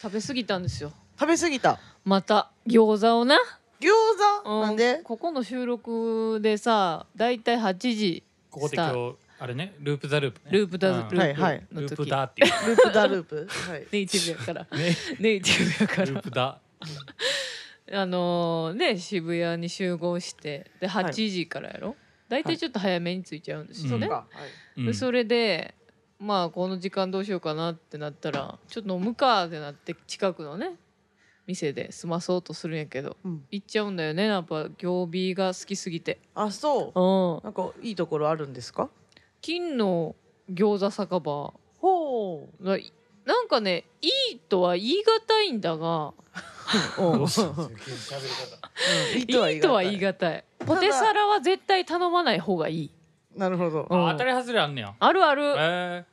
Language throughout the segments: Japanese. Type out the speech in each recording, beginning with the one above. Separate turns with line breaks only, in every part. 食べ過ぎたんですよ
食べ過ぎた
また餃子をな、
餃子
う
なんで
ここの収録でさだいたい8時
ここで今日あれねループザループね、
ループだ、
うん
ル
は
ー
い
プ
はい
の
ルー
時、
プだっていう
ループだループ はい
ネイティブやから
ね
ネイティブや か
ルー
ら
プだ
あのーね渋谷に集合してで
はい
8時からやろ、だい、大体ちょっと早めに着いちゃうんですよね、
うん
か
うん
でそれでまあこの時間どうしようかなってなったらちょっと飲むかってなって近くのね店で済まそうとするんやけど
うん
行っちゃうんだよねやっぱ行美が好きすぎて
あそ
うん
うなんかいいところあるんですか
金の餃子酒場
ほう
がいなんかねいいとは言い難いんだが
どうしたんですよ急に喋り方
いい
いいとは言い
が
難いポテサラは絶対頼まない方がいい
なるほど
うん
あ当たり外れあんねや
あるある
え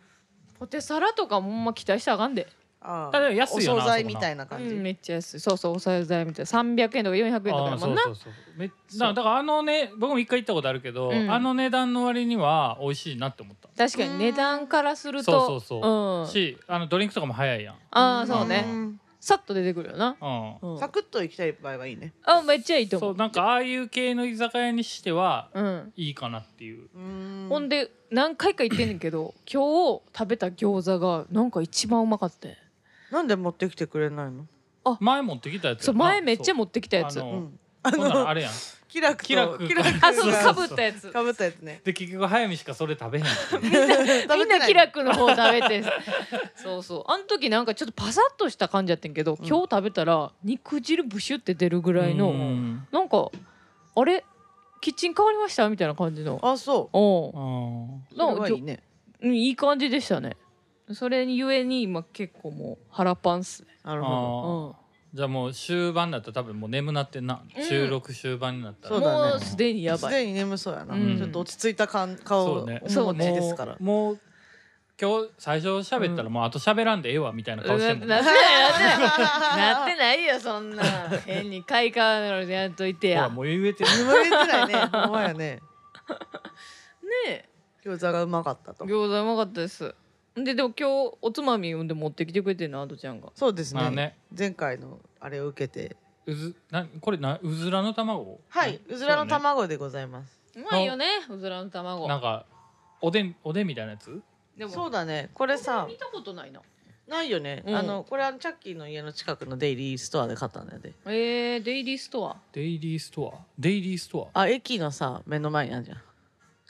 ポテサラとかほんま期待したらあかんで
あ
ただ安いよな
お惣菜
そこ
み
な
たいな感じ、
うんめっちゃ安いそうそうお惣菜みたいな300円とか400円とか
ー、
や
あ
も
ー
ん
そう
な
そうそうめっなだからあのね僕も一回行ったことあるけど、
うん
あの値段の割には美味しいなって思った
確かに値段からすると
そうそうそ
ん、
しあのドリンクとかも早いやん
ああそうね
ん
さっと出てくるよな、
うん
うん
サクッと行きたい場合はいいね
あめっちゃいいと
そ
思
う
う
なんかああいう系の居酒屋にしては
うん、
いいかなっていう
うん
ほんで何回か行ってんねんけ ど今日食べた餃子がなんか一番うまかった
なんで持ってきてくれないの
前持ってきたやつ
そう前めっちゃ
持っ
持ってきたやつ
あ
あ
の
うんあ
ほんなら
の
あれやん
キラクと
キラク
キラク
そう
が
かぶったやつ
かぶったやつ ね
で結局早見しかそれ食べへんっていう
みんなキラクの方食べてそうそうあの時なんかちょっとパサッとした感じやってんけど、
うん
今日食べたら肉汁ブシュって出るぐらいうの
ん
なんかあれキッチン変わりましたみたいな感じの
あそう
お
う
そ
ん
な
れ
んか
は
ちょ
いいね
うんいい感じでしたねそれにゆえに今結構もう腹パンっすね
な
あ
るほ
うん
ーじゃあもう終盤だったら多分もう眠なってんな、
うん
収録終盤になったら
そうだね
もうすでにや
ど
ば
す
い
でに眠そうやな、
うん
ちょっと落ち着いたかん顔
そうね
面持ちですから
もうもう今日最初喋ったらもうあと喋らんでええわみたいな
な
顔
っ
してて
なんって
もん
ない
ね
なってないよそんな変に買い替わるのやっといてや
ほら
ね
もう言えてる
眠れてないねほんまやね
え
餃子がうまかったと
餃子うまかったですででも今日おつまみんで持ってきてくれてんのアドちゃんが
そうです
ま
ね
あね
前回のあれを受けて
うずなこれなうずらの卵
はい
うん
うずらの
そうね
卵でございます
うまいよねうずらの卵
なんかおでんおでんみたいなやつ
でも
そうだねこれさ
見たことないな
ないよね、
うん
あのこれあのチャッキーの家の近くのデイリーストアで買ったんだよね
えー、デイリーストア
デイリーストアデイリーストア
あ駅のさ目の前にあるじゃん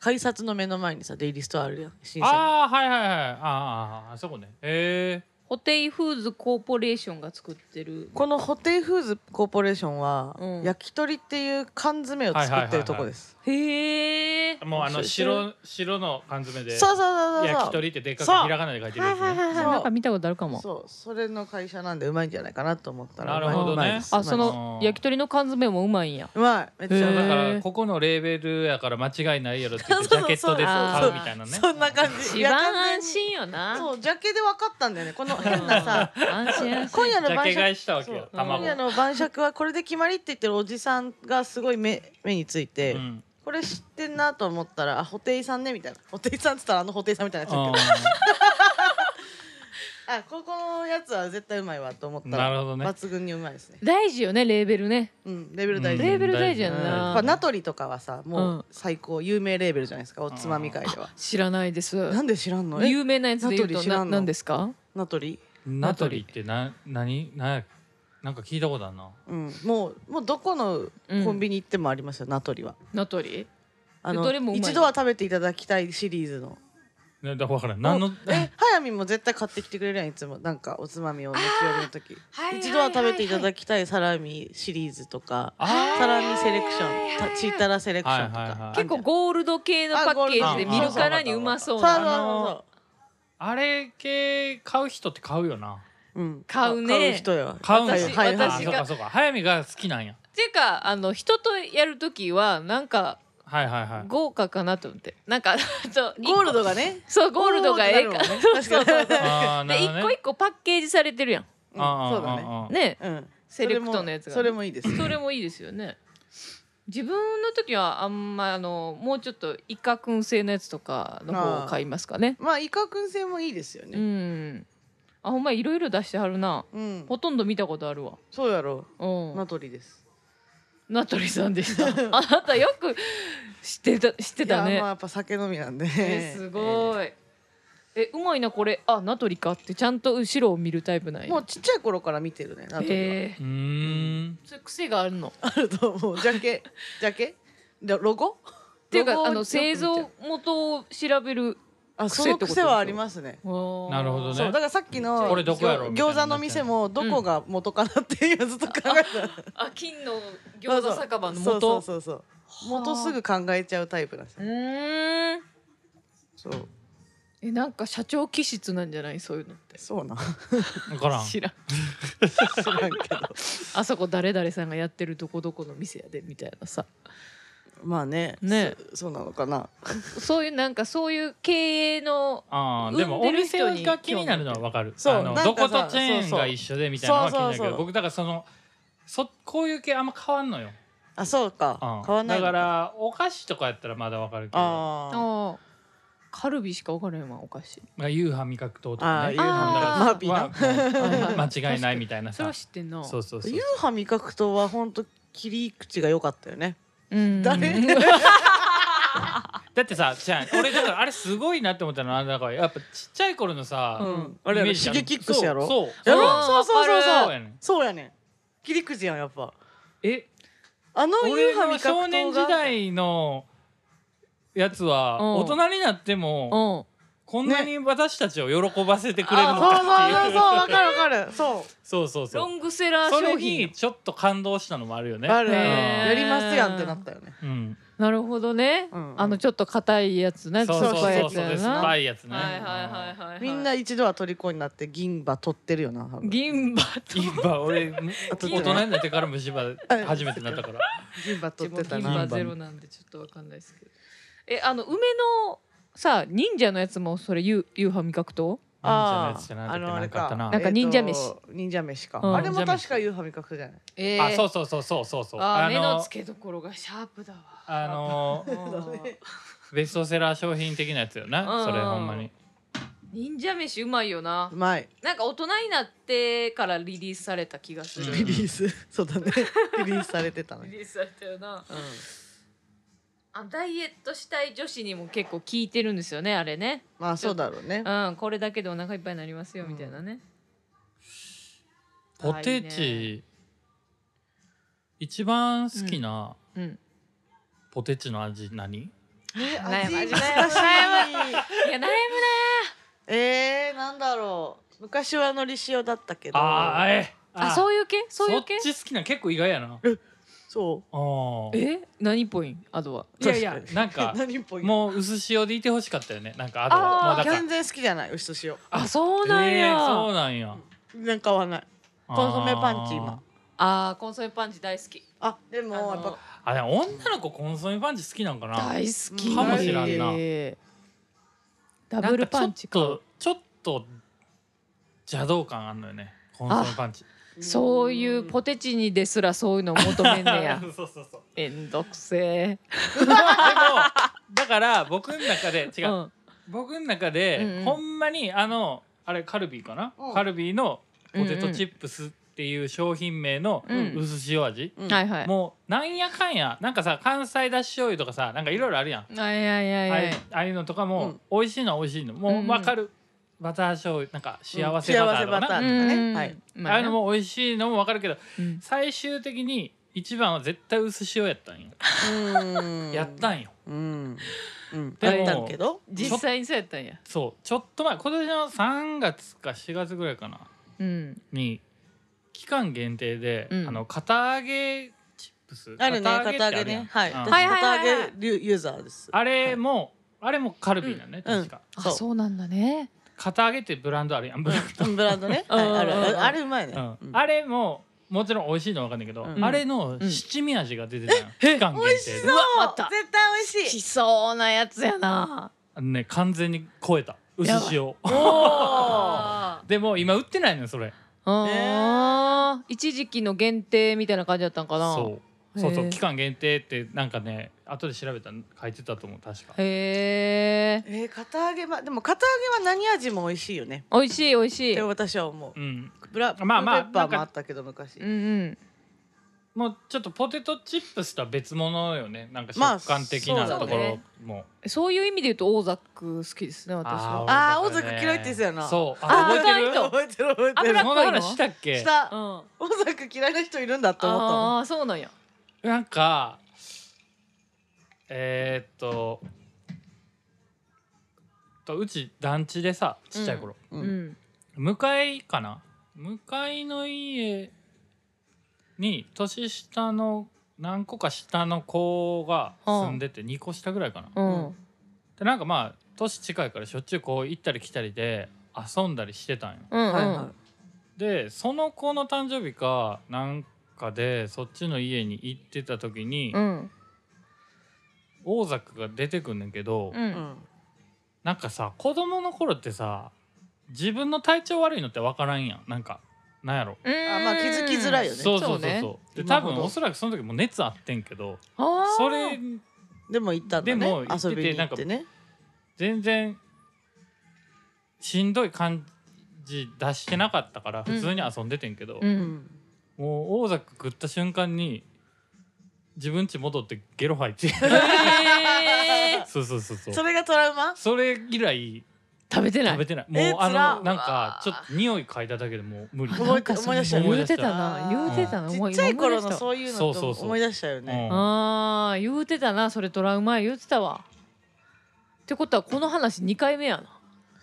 改札の目の前にさデイリーストアあるやん新鮮
ああーはいはいはいあーあーあーそこねえ
ホテイフーズコーポレーションが作ってる
このホテイフーズコーポレーションは、
うん
焼き鳥っていう缶詰を作ってるとこです、
へえ
ー、もうあの
そうそう
白白の缶詰で
そうそうそうそう
焼き鳥ってでっか
そう
くひらがなで書いてるやつね
そう
なんか見たことあるかも
そうそれの会社なんでうまいんじゃないかなと思ったら
なるほ
う
どね
まいです
あそう
まいです
の焼き鳥の缶詰もうまいんや
うまいめっちゃうま
だ
い
か
へー
らここのレーベルやから間違いないやろって言ってジ
そうそ
ャ
う
ケットで買うみたいなね
そんな感じ
一
いや完
番
全
安
に
心よな
そうジャケで分かったんだよねこの変なさ
うん安心安心
今夜の
ジャ
晩
ケ買い
酌
したわけ
そ
よ
う
卵
今夜の晩酌はこれで決まりって言ってるおじさんがすごい目目について、
うん
これ知ってんなと思ったらあホテイさんねみたいなホテイさんっつったらあのホテイさんみたいになっちゃうけどあここのやつは絶対うまいわと思った
な
ら
るほどね
抜群にうまいですね
大事よねレーベルね
うんレベル大事、
うん
レーベル大事や
うん
や
な
っぱナトリとかはさも
うん
う最高有名レーベルじゃないですかおつまみ界では
知らないです
なんで知らんのえ
有名なやつで言う
名取
と
知らん
な
の
何ですか
ナトリ
ナトリってな何なんやなんか聞いたことあるな
うんもうもうどこのコンビニ行ってもありますよ、ナトリは
ナトリ
あ
どれもうまい
の
の
一度は食べていただきたいシリーズの
ねだから何の
え早見も絶対買ってきてくれるやんいつもなんかおつまみを日曜日の時
はいはいはいはい
一度は食べていただきたいサラミシリーズとか
あ
サラミセレクションたチータラセレクションと
はいはいは
か
い
結構ゴールド系のパッケージで見るからにうまそう
そうそう
な
そ
あれ系買う人って買うよな
うそううん
買うね
買う人よ
買うんだ
私
はいはい
あ
私
そう
が
かそうか早見が好きなんや
っていうかあの人とやるときはなんか
はいはいはい
豪華かなと思ってなんかと
ゴールドがね
そうゴールドがええ
ゴー
か
ルドがね確かに
あーな
で
るほど
一個一個パッケージされてるやん
うん
あー
そうだね
あーあー
ね
うん
セレクトのやつがね
それもそれもいいです
それもいいですよね自分の時はあんまあのもうちょっとイカ燻製のやつとかの方を買いますかね
まあイカ燻製もいいですよ
う
ね
んああほんまいろいろ出してはるな
うん
ほとんど見たことあるわ
そうやろ
うん
名取です
名取さんで したあなたよく知ってた知ってた
い
ね
やまあやっぱ酒飲みなんで
えすごい、えうまいなこれあ名取かってちゃんと後ろを見るタイプなんや
もうちっちゃい頃から見てるね名取は、
え
うーん。
ー、それ癖があるの
あると思うジャケジャケでロゴ
っていう
ロ
か
ゴ
あ
よ
の
く見
製
ちゃう
造元を調べる
あ
癖
そ
って
の
ことでし
癖
ょ
はありますね
な
なるほどね
そうだからさっき
う
の
んこれど
こやろ
餃
みたいになっ
餃
ちゃ
子
う
の店もどこが元かなっていうずっと考えた、
あ金の餃子酒場の元
そうそうそうそう
はあ
元すぐ考えちゃうタイプなんです
う
よ
ーん
そう
えなんか社長気質なんじゃないそういうのって
そうなん
わからん。
知らん
知らんけど
あそこ誰々さんがやってるどこどこの店やでみたいなさ
まあね
ね
そそうなのかな
そういうなんかそういう経営の
ああ、でも
産
お
んでる人に
店が気になるのはわかる。
そう
あの
なん
どこ
かさ
とチェーンが一緒でみたいなのは気になるけ
そうそ
ど、
うそう
僕だからそのそこういう系あんま変わんのよ。
あそうか、
うん
買わない
だ
の
からお菓子とかやったらまだわかるけど、
あー
ああカルビしか分からへんわお菓子
まあ夕飯味覚糖と
あ
か
ー
ね。
夕
飯
マーピーな
はも
はいは
う 間違いないみたいな
それ
さ
は。知ってんな
そうそうそう
夕。飯味覚糖は本当切り口が良かったよね
うん
誰
だってさ、じゃあ俺だからあれすごいなって思ったのはだからやっぱちっちゃい頃のさ、
うんあれやろ
イメージある
シゲキックスやろ
そう。そ
や
う
ろ
そ
そううそうそう
わ
か
そ
る
うそうやねん切り口やんやっぱ
え、
あの夕
俺
飯
の
味覚糖が
少年時代のやつは
うん
大人になっても。
うん
こんなに私たちを喜ばせてくれるの
そう
か
そう
っ
そうそ
てい
う
う
わかるわかるそう
そうそうそ
ロ
う
ングセラー
それ
商品
にちょっと感動したのもあるよね
あるある
ね
やりますやんってなったよね
うん
なるほどね、
うんうん
あのちょっと硬いやつね
そうそう
酸っぱい
そ
や
う
つ
そう
や
で
な
すぱいやつね
はいはいはいはい、はい、
みんな一度は虜になって銀歯取ってるよな多分
銀歯と
銀歯俺大
と
人になってから虫歯初めてなったから
銀歯取ってた
銀
自分
な
歯ゼロなんでちょっとわかんないですけどえあの梅のさ忍者のやつもそれ夕夕飯味覚糖
あー
忍者のやつじゃな
あ
くて
のあ
な
れ
んかあったな
か
なんか忍者飯
えっと忍者飯か
うん
あれも確か夕飯味覚じゃない
え
あそううそうそうそうそうそう
あー目の
の
付けどころがシャープだわ
あの
うん
ベストセラー商品的なやつよ
う
なんそれほんまに
忍者飯うまいよな
うまい
なんか大人になってからリリースされた気がする、
うん
リリース そうだねリリースされてた
リ
ね
リースされたよな
うん
あダイエットしたい女子にも結構効いてるんですよねあれね
まあそうだろうね
うんこれだけでお腹いっぱいになりますよみたいなね、
ポテ
はいね
チ一番好きな
うん
ポテチの味何
え
悩む
味
味
難しい
いや悩む
えーなんだろう昔はのり塩だったけど
あーえ
なあ
ー
そういう系そういう系
そっち好きなん結構意外やな
そ
あえ
え何っぽいんアドは
うい
やいやなんか
何っぽい
もう薄塩でいてほしかったよねなんかあと
あー
もうだから
全然好きじゃない牛と
あそうなんや、
えーそうなんや
塩全然買わないコンソメパンチ今
あーコンソメパンチ大好き
あでも
あの
やっぱ
あでも女の子コンソメパンチ好きなんかな
大好き
かもしらん
な
ダブルパンチか
なんかちょっとちょっと邪道感あんのよねコンソメパンチ
そういうポテチにですらそういうの求めんねや
そうそうそう
めんどくせ
でもだから僕の中で
え
違う、
うん
僕の中で、
うんうん
ほんまにあのあれカルビーかな、
うん
カルビーのポテトチップスっていう商品名の
うん
薄塩味、
うん
はいはい
もうなんやかんやなんかさ関西だし醤油とかさなんかいろいろあるやん、
あいやいやい
ああい
や
うああいうのとかも、美味しいのは美味しいの
うん
も
うん
う分かる、バター醤油なんか幸せ
うん
バターとか
幸せバタ
な、
ー
うん
はい
ま
あ
あ
あいうのも美味しいのも分かるけど
うん
最終的に一番は絶対薄塩やったんよ、
うん
やったんよ
うんうん
でも
やったんけど
実際にそうやったんや
そうちょっと前今年の3月か4月ぐらいかな
うん
に期間限定で、
うん
あの肩揚げチップス
あるね
って
片揚げ
るやん
ねはい
うん
私
はいはい
片
はいはい
揚げユーザーです
あれも、あれもカルビーだね、
うん
確か
あそうなんだね
肩揚げってブランドあるやん、ブランド
うんブランドねはいあるあるあれうまいね
うん
うん
あれももちろん美味しいのは分かんないけど、
うん
あれの七味味が出てたよ、期間限定
う
で
わまた
絶対美味しい
きそうなやつやな
あのね完全に超えた薄塩
お
でも今売ってないのよそれ
あー一時期の限定みたいな感じだったんかな
そうそうそ
へ
う
え
期間限定ってなんかね後で調べたら書いてたと思う確か
へえ
えー、片揚げはでも片揚げは何味も美味しいよね
美味しい美味し
っ
い
て
うん
私は思う
うん
ブラブルー
まあまあ
ペッパー
なん
も
か
あったけど昔、
うん
もうちょっとポテトチップスとは別物よねなんか
まあ
食感的な
そうだ
ところ
ね
も、
そういう意味で言うとオーザック好きですね私は
あー
俺だから
大阪嫌いって言ってたよな
そう
あー
あ覚えて
意外
る
と
覚えてる覚えて
油
る
と
その話したっけ
下
うん
大阪嫌いな人いるんだと思ったもん
あーそうなんや
なんかえー、っととうち団地でさちっちゃい頃、
う
うん
ん
向かいかな向かいの家に年下の何個か下の子が住んでて2個下ぐらいかな。
うん
でなんかまあ年近いからしょっちゅうこう行ったり来たりで遊んだりしてたんよ。
うん
は
う
い
ん
は
でその子の誕生日かなんかでそっちの家に行ってた時に
うん
大ザクが出てくんねんけど、
う
い、うんん、
なんかさ子供の頃ってさ自分の体調悪いのって分からんやんなんかなんやろ
あまあ気づきづらいよね
そうそうそうそう
そ
で
今
多
ほど
分おそらくその時もう熱あってんけど
あー
それ
でも行ったんだね
でも行ってて
遊びに行ってね
全然しんどい感じ出してなかったから
うん
普通に遊んでてんけど、
う
うんん
もう大崎食った瞬間に自分家戻ってゲロ吐い て
へー
そうそうそうそう
それがトラウマ
それ以来
食べてない
食べてないもう
え
あ
つら
のなんかちょっと匂い嗅いだだけでもう無理
あ
思
ないんか
思い出した
言うてた
あ
な
ー
言うてたな
ち
もう
っちゃい頃
思
の
出した
そういう
そ
の
うそう
と
そう
思い出したよね
うん
あー言うてたなそれトラウマ言うてたわってことはこの話二回目やな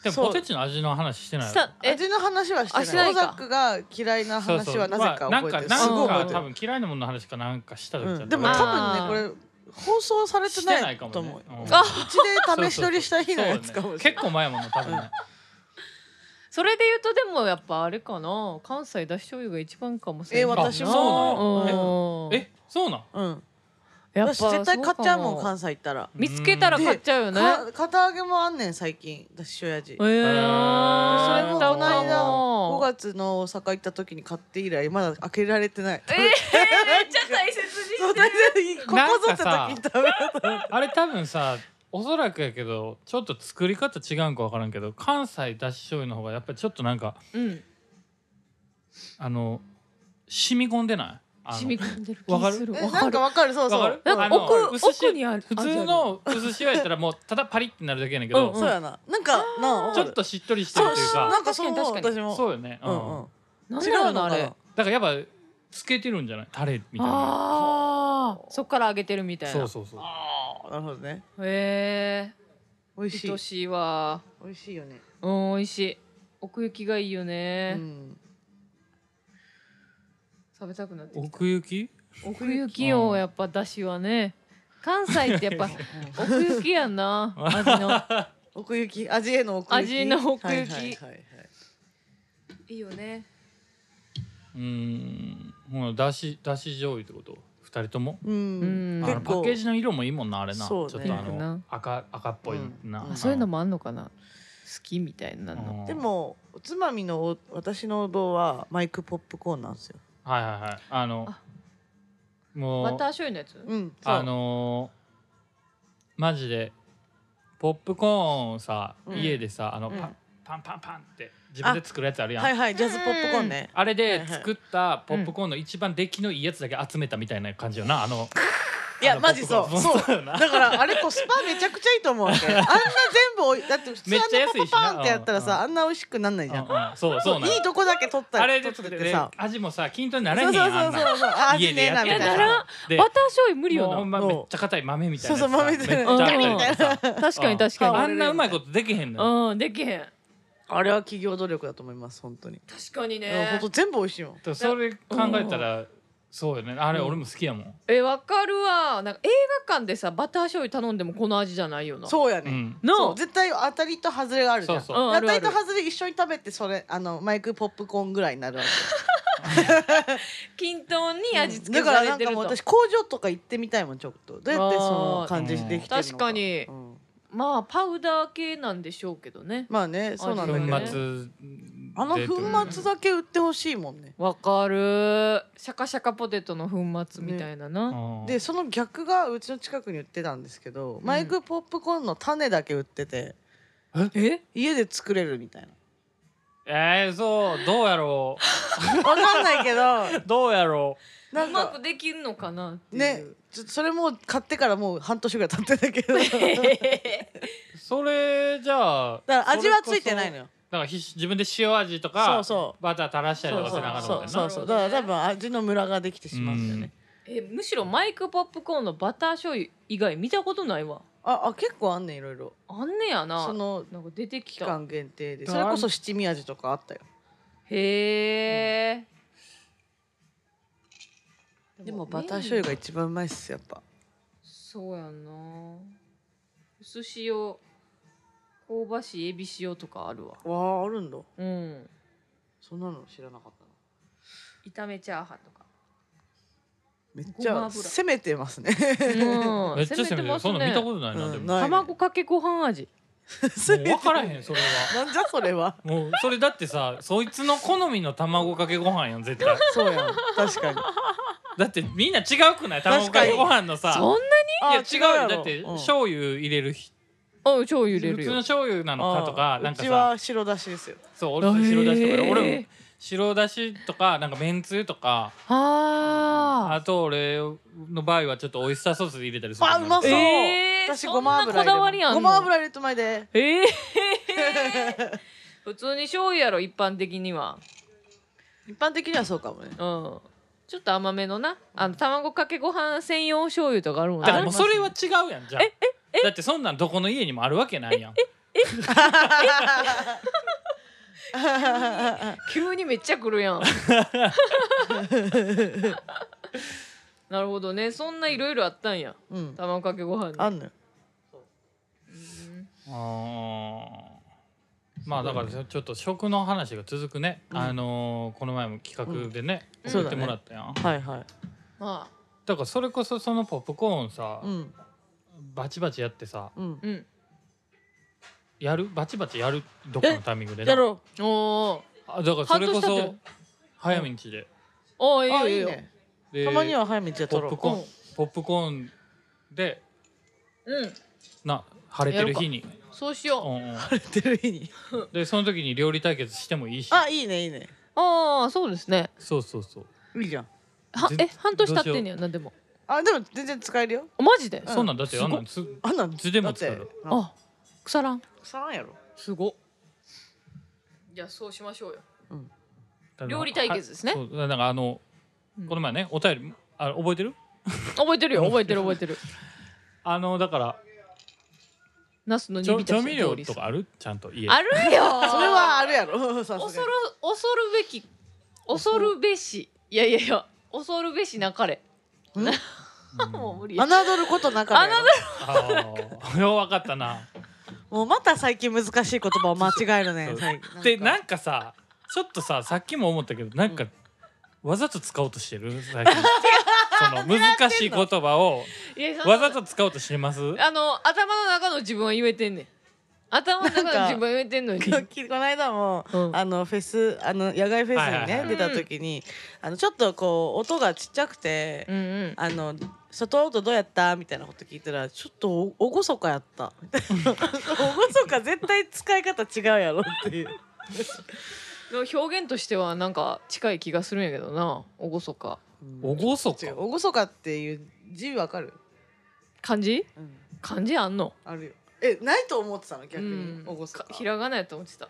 でも
そう
ポテチの味の話してない
したえ
味の話はして
あ
ない
してない
小
か
ザックが嫌いな話はなぜか覚えてる、
まあ、
すご
な
い覚
んかな
え
ん
て
か
る
多分嫌いなものの話かなんかした時じゃん
うん、でも
あ
多
ー
分ねこれ放送されて
して
な
ない
い
かもね
と思うう
うん
ちで試し撮りした日のやつか
そう
も
ね
しれな
結
い
構前やもんな多分ね
それで言うとでもやっぱあれかな関西だし醤油が一番かもしれ
え
ない
私
あそ
も
う
う
なんや
ん
えそうなん
うん
やっぱ
私絶対買っちゃうも
そ
ん
か
関西行ったら
見つけたら買っちゃうよね
か片揚げもあんねん最近だし塩味
えー、
それもこ
買う
の間5
も
月の大阪行った時に買って以来まだ開けられてない
えー、めっちゃ大切に
そ
し
う
て
大
る
体ここぞって時に食べた
あれ多分さおそらくやけどちょっと作り方違うんか分からんけど関西だし醤油の方がやっぱりちょっとなんか
うん
あの染み込んでないあの
染み込んでる
わか
気
る
する
え
わ
な
か
んか
る
わかるそうそ
わかる
う
なん
あ
か
の
奥
薄し
奥にある
普通の薄塩やったらもうただパリってなるだけやねんけ
う
ど
ん
そうやななんかなあ
ちょっとしっとりしてるという
な
か
んかそう思う
確かに確か
私も
そうよね
う
うん
んうん
なん
違
だろ
う
うな
の
あ
か
れ
な
だからやっぱつけてるんじゃないタレみたいな
あーそっから揚げてるみたいな
そうそうそう
あーなるほどね
へえ
美味しい
愛しいわ
美味しいよね
うん美味しい奥行きがいいよ
う
ね、
ん
食べたくなってきた
奥行き
奥行きをやっぱだしはね関西ってやっ ぱ奥行きやんな味の
奥行き味への奥行き
味の奥行き
はいはいはいはい
いいよね
うーんもうだしだし醤油ってこと二人とも
う
うん
ん
あ
結
のパッ
構
ケージの色もいいもんなあれな、
そうね
ちょっとあ
ピンク
の
な
赤赤っぽいな、
うん
あそういうのもあんのかな好きみたいなの
うん
でもおつまみのお私のお堂はマイクポップコーンなんですよ
はいはいはいあの
あ
もう
バター醤油のやつ
うんそう
あのーマジでポップコーンをさ、
うん
家でさあの、
うん
パンパンパンパンって自分で作るやつあるやんあ,、
はいはいジャズポップコーンね
れで作ったポップコーンの一番出来のいいやつだけ集めたみたいな感じよなあの
いや
あの
マジそう
ポップ
そう
コーンそうよな
だからあれコスパめちゃくちゃいいと思うわ けあんな全部おいだって普通
めっちゃ
あんな
安いしな
パパパンってやったら
うん
さあんな美味しくなんないじゃん
うんうんそうそうなの
いいとこだけ取った
あれで
取っ
作
て
って
て
て
さ
味もさ均等にな
そう
れへ
そ
ん
うそ
や
う
んあんな
そうあ
家
味
で
ねえ
や
な
って
み
る
た
や
い
いや
つ
ならん
な
で
バター醤油無理よ
もうほん
な
まめっちゃ硬い豆みたいなやつ
そ
さ
うそう豆みたいな
めっちゃ硬いのさ
確かに確
あ
か
に
んなうまいことできへんの
に
よ
うんできへん
あれは企業努力だと思います本当に
確かに
本
ね
当全部美味しいよ
とそれ考えたらそうよねあれ俺も好きやもん
えわかるわなんか映画館でさバター醤油頼んでもこの味じゃないよな
そうや
う
ね
ん
な
そう絶対当たりと外れがあるじゃん
そうそう
うんあ
当
るあ
た
る
りと外れ一緒に食べてそれあのマイクポップコーンぐらいになるわけ
均等に味付
だ
け
か
さ
ら
れ
なん
てる
かもう
と
私工場とか行ってみたいもんちょっとどうやってその感じできてるのか
あー確かに
うん
まあパウダー系なんでしょうけどね
まあねそうなんだけど
粉
ね
末
あの
で
粉末だけ売ってほしいもんね
わかるシャカシャカポテトの粉末みたいなな、
うん
でその逆がうちの近くに売ってたんですけど、
ん
マイクポップコーンの種だけ売ってて
え
家で作れるみたいな
えー、そうどうやろ
わかんな いけど
うどうやろ
な
うんま
か
くできるのかなっていう
ねちょそれもう買ってからもう半年ぐらい経ってんだ けど
うそれじゃあ
だから味はついてないの
よ
よ
だからひ自分で塩味とか
そうそう
バター垂らしたり
そ
と
うそ
かせ
う
なあかった
そ
もん
う
ね
そうそうだから多分味のムラができてしまうんだよね、
えむしろマイクポップコーンのバター醤油以外見たことないわ
ああ結構あんねんいろいろ
あんねやな
その
なんか出てき
期
た
間限定で
だ
それこそ七味味とかあったよ
へえ、
でもバター醤油が一番うまいっすやっぱ
そうやんな薄塩香ばしいエビ塩とかあるわ
わああるんだ
うん
そんなの知らなかったな
炒めチャーハンとか
めっ
ごま
ちゃ
油
攻めてますね
うん
めっちゃ攻めてるそんなん見たこと ないな、
うん
でも
ない
卵かけご飯味
攻めて
もう分からへんそれは
なんじゃそれは
もうそれだってさそいつの好みの卵かけご飯やん絶対
そうやん確かに
だってみんな違うくない卵かけご飯のさ
そんない
あ
や違うよ
やろ
だって
うん
醤油入れる人
あ超揺れ
普
る
通の
よ
醤油なのかとか
あー
なんか
うち
さ
は白だしですよ
そう俺も白だしとか
へー
俺も白だしとかなんかめんつゆとか
あ
あと俺の場合はちょっとオイスターソース入れたりする
あうまそう、
えー
私ごま油
そんなこだわり
入れ
あん
る
の
ごま油入れとまいで
ーえー、普通に醤油やろ一般的には
一般的にはそうかもね
うんちょっと甘めのなあの卵かけご飯専用醤油とかあるもん
だからも
ね
うそれは違うやんじゃあだってそんなんどこの家にもあるわけないやん
急にめっちゃくるや んなるほどねそんないろいろあったんや
うん
卵かけご飯に
あんのよ
あーまあだからちょちょっと食の話が続くね、
うん
あのーこの前も企画でね、
うん
送ってもらったやんだ,、
はいはい
ま
からそれこそそのポップコーンさ、
うん
バチバチやってさ
うん
あうん
やるバチバチやるどっかのタイミングでな
やろ
おお
あだからそれこ
半年経って
そ
る
早道で
おー
う
いいよ
あ
い
い
い
い
よ
ね
で
たまには早めにじゃ
ポ
取ろ
ップ
う
コーン、
うん
ポップコーンで
うん
な晴れてる日に、
そうし
う
よ
んうん
晴れてる日に
でその時に料理対決してもいいし
あいいねいいね
うああそうですね
そうそうそう、
いいじゃん
は
全
え半年経ってんねやなんでも
あでも全然使えるよ
あマジで、
そんなんだって
すごっ
あんなんつ
あんなん
いつでも使え
だっ
る
てあ
あ腐らん
さらんやろ
すごいやそうしましょうよ料理対決ですね
そうなんかあの
うん
この前ねお便りあ覚えてる
覚えてるよ覚えてる覚えてる
あのだから
ナスの
ち
煮
ょ
びた
調
し
味
料
料
理
とかあるちゃんと家
あるよ
それはあるやろ さす
恐
が
る
に
恐るべき恐るべしいやいやいや恐るべしなかれ
うん
もう無理や
侮ることなかったやろ
あーよう分かったな
もうまた最近難しい言葉を間違えるね
そう
最近
でなんかさちょっとささっきも思ったけどなんかわざと使おうとしてる 最近その難しい言葉を
いやその
わざと使おうとしてます
あの頭の中の自分は言えてんねん頭の中
なん
の
か
自分は言えてん のに
この間も、
うん
あのフェスあの野外フェスにね、
はいはいはい
出た時に、あのちょっとこう音がちっちゃくて、
うんうん
あの外音どうやったみたいなこと聞いたらちょっとおおごそかやったみたいなおごそか絶対使い方違うやろっていう
でも表現としてはなんか近い気がするんやけどな厳か
おごそか
違うおごそかっていう字わかる、
漢字
うん
漢字あんの
あるよえないと思ってたの逆に、
うん
おごそか
ひらがなやと思ってた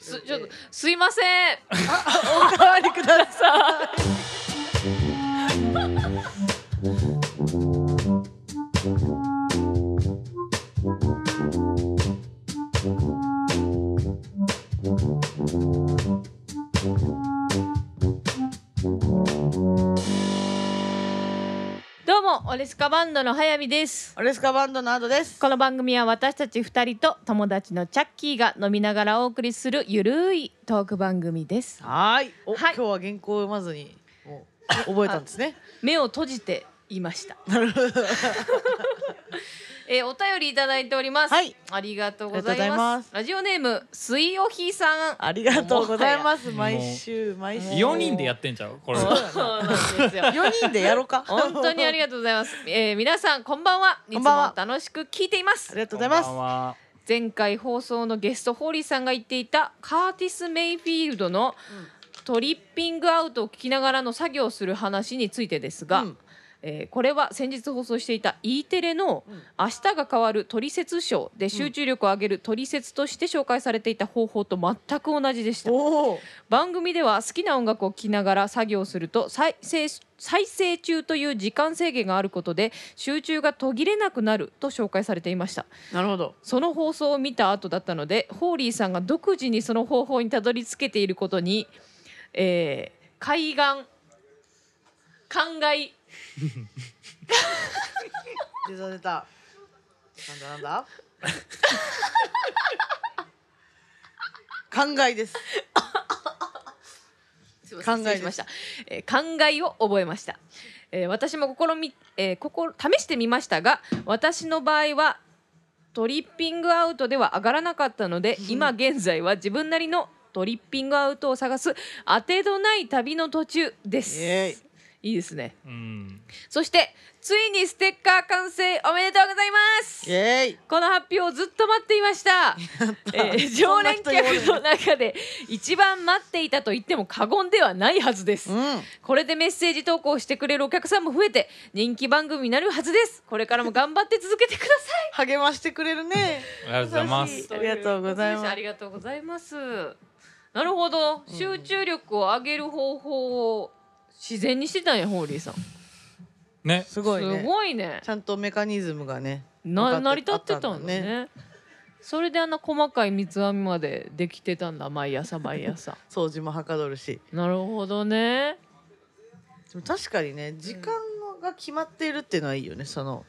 すちょっと
え
すいません
ーおかわりください
どうもオレスカバンドの早見です
オレスカバンドのアドです
この番組は私たち二人と友達のチャッキーが飲みながらお送りするゆるいトーク番組です
はーい。お、
はい
今日は原稿を読まずにもう覚えたんですね。
目を閉じていました
なるほど。
えーお便りいただいております、
はい
ありがとうございます
ありがとうございます
ラジオネーム水おひさん
ありがとうございます
もはや
毎週毎週
4人でやってんちゃうこれ
そうだ
そうなんですよ
4人でやろうか
本当にありがとうございます、えー、皆さんこんばんは
こんばんはい
つも楽しく聞いています
ありがとうございます
こんばんは
前回放送のゲストホーリーさんが言っていたカーティス・メイフィールドのトリッピングアウトを聞きながらの作業をする話についてですが、
うん
えーこれは先日放送していた E テレの
うん
「明日が変わるトリセツショー」で集中力を上げるトリセツとして紹介されていた方法と全く同じでした
おお
番組では好きな音楽を聴きながら作業すると再生再生中という時間制限があることで集中が途切れなくなると紹介されていました
なるほど
その放送を見た後だったのでホーリーさんが独自にその方法にたどり着けていることに、えー海岸灌漑
出た出たなんだなんだ考えです
すいません
灌漑
失礼しました、えー、灌漑を覚えました、えー、私も試み、えー、ここ試してみましたが私の場合はトリッピングアウトでは上がらなかったので今現在は自分なりのトリッピングアウトを探す当てのない旅の途中です、
イエー
いいですね
うん
そしてついにステッカー完成おめでとうございます
イエーイ
この発表をずっと待っていましたえー 常連客の中で一番待っていたと言っても過言ではないはずです
うん
これでメッセージ投稿してくれるお客さんも増えて人気番組になるはずですこれからも頑張って続けてください
励ましてくれるね
ありがとうございます
優しありがとうございます
ありがとうございますなるほど集中力を上げる方法を自然にしてたんやホーリーさん
ね
すごいね
すごいね
ちゃんとメカニズムがね
な成
分
り立
か
ってたんだねそれであんな細かい三つ編みまでできてたんだ毎朝毎 朝
掃除もはかどるし
なるほどね
でも確かにね時間のが決まっているっていうのはいいよねその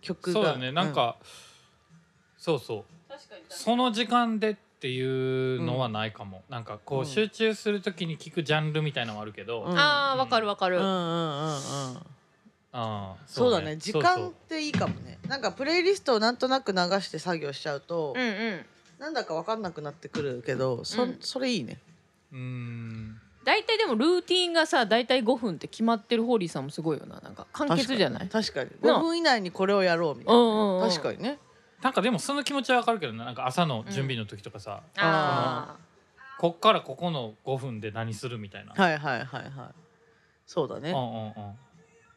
曲が
そうだねなん、か、そうそう
確かに
その時間でっていうのはないかも、なんかこ
うん
う集中するときに聞くジャンルみたいのもあるけど、
うん
ああわかるわか
う
る、
ん、うんうんうんうん
あー
そうだね時
そう
間
そ
っ
う
ていいかもねなんかプレイリストをなんとなく流して作業しちゃうと、
うんうん
なんだか分かんなくなってくるけどそ,、
うん
それいいね
うーん
大体でもルーティンがさ大体5分って決まってるホーリーさんもすごいよななんか簡潔じゃない
確かに
なあ
5分以内にこれをやろうみた
う
い
んうんう
なん確かにね
なんかでもその気持ちはわかるけどななんか朝の準備の時とかさ、
あ
こっからここの5分で何するみたいな、
はいはいはいはいそうだ
うんう
ね
んうん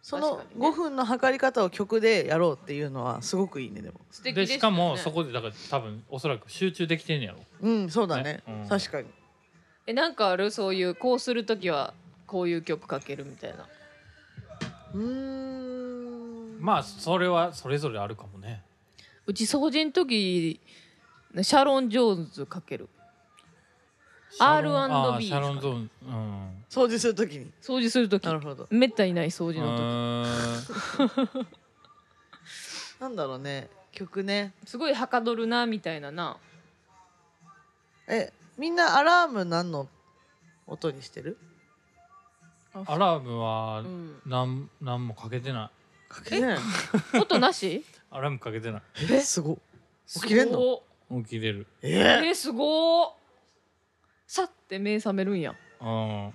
その
確かにね
5分の測り方を曲でやろうっていうのはすごくいいねでも
素
で
敵で
しかもそ
こ
こでだから多分おそらく集中できてんねやろ
うんそうだね
ねうん
確かに
えなんかあるそういうこうする時はこういう曲かけるみたいな
うーん
まあそれはそれぞれあるかもね
うち掃除の時シャロン・ジョーンズかける
シャロン
R&B
あーシャロンゾーンうん
掃除するときに
掃除する時
なるほど
めったにない掃除
う
の
ーん
なんだろうね曲ね
時すごいはかどるなみたいなな
えみんなアラーム何の音にしてる
アラームは
うん
なんなんもかけてない
かけてない
音なし
アラームかけてない
えすごっ起きれんの
すご
起きれる
え
え
ーすごーさって目覚めるんや
うん
え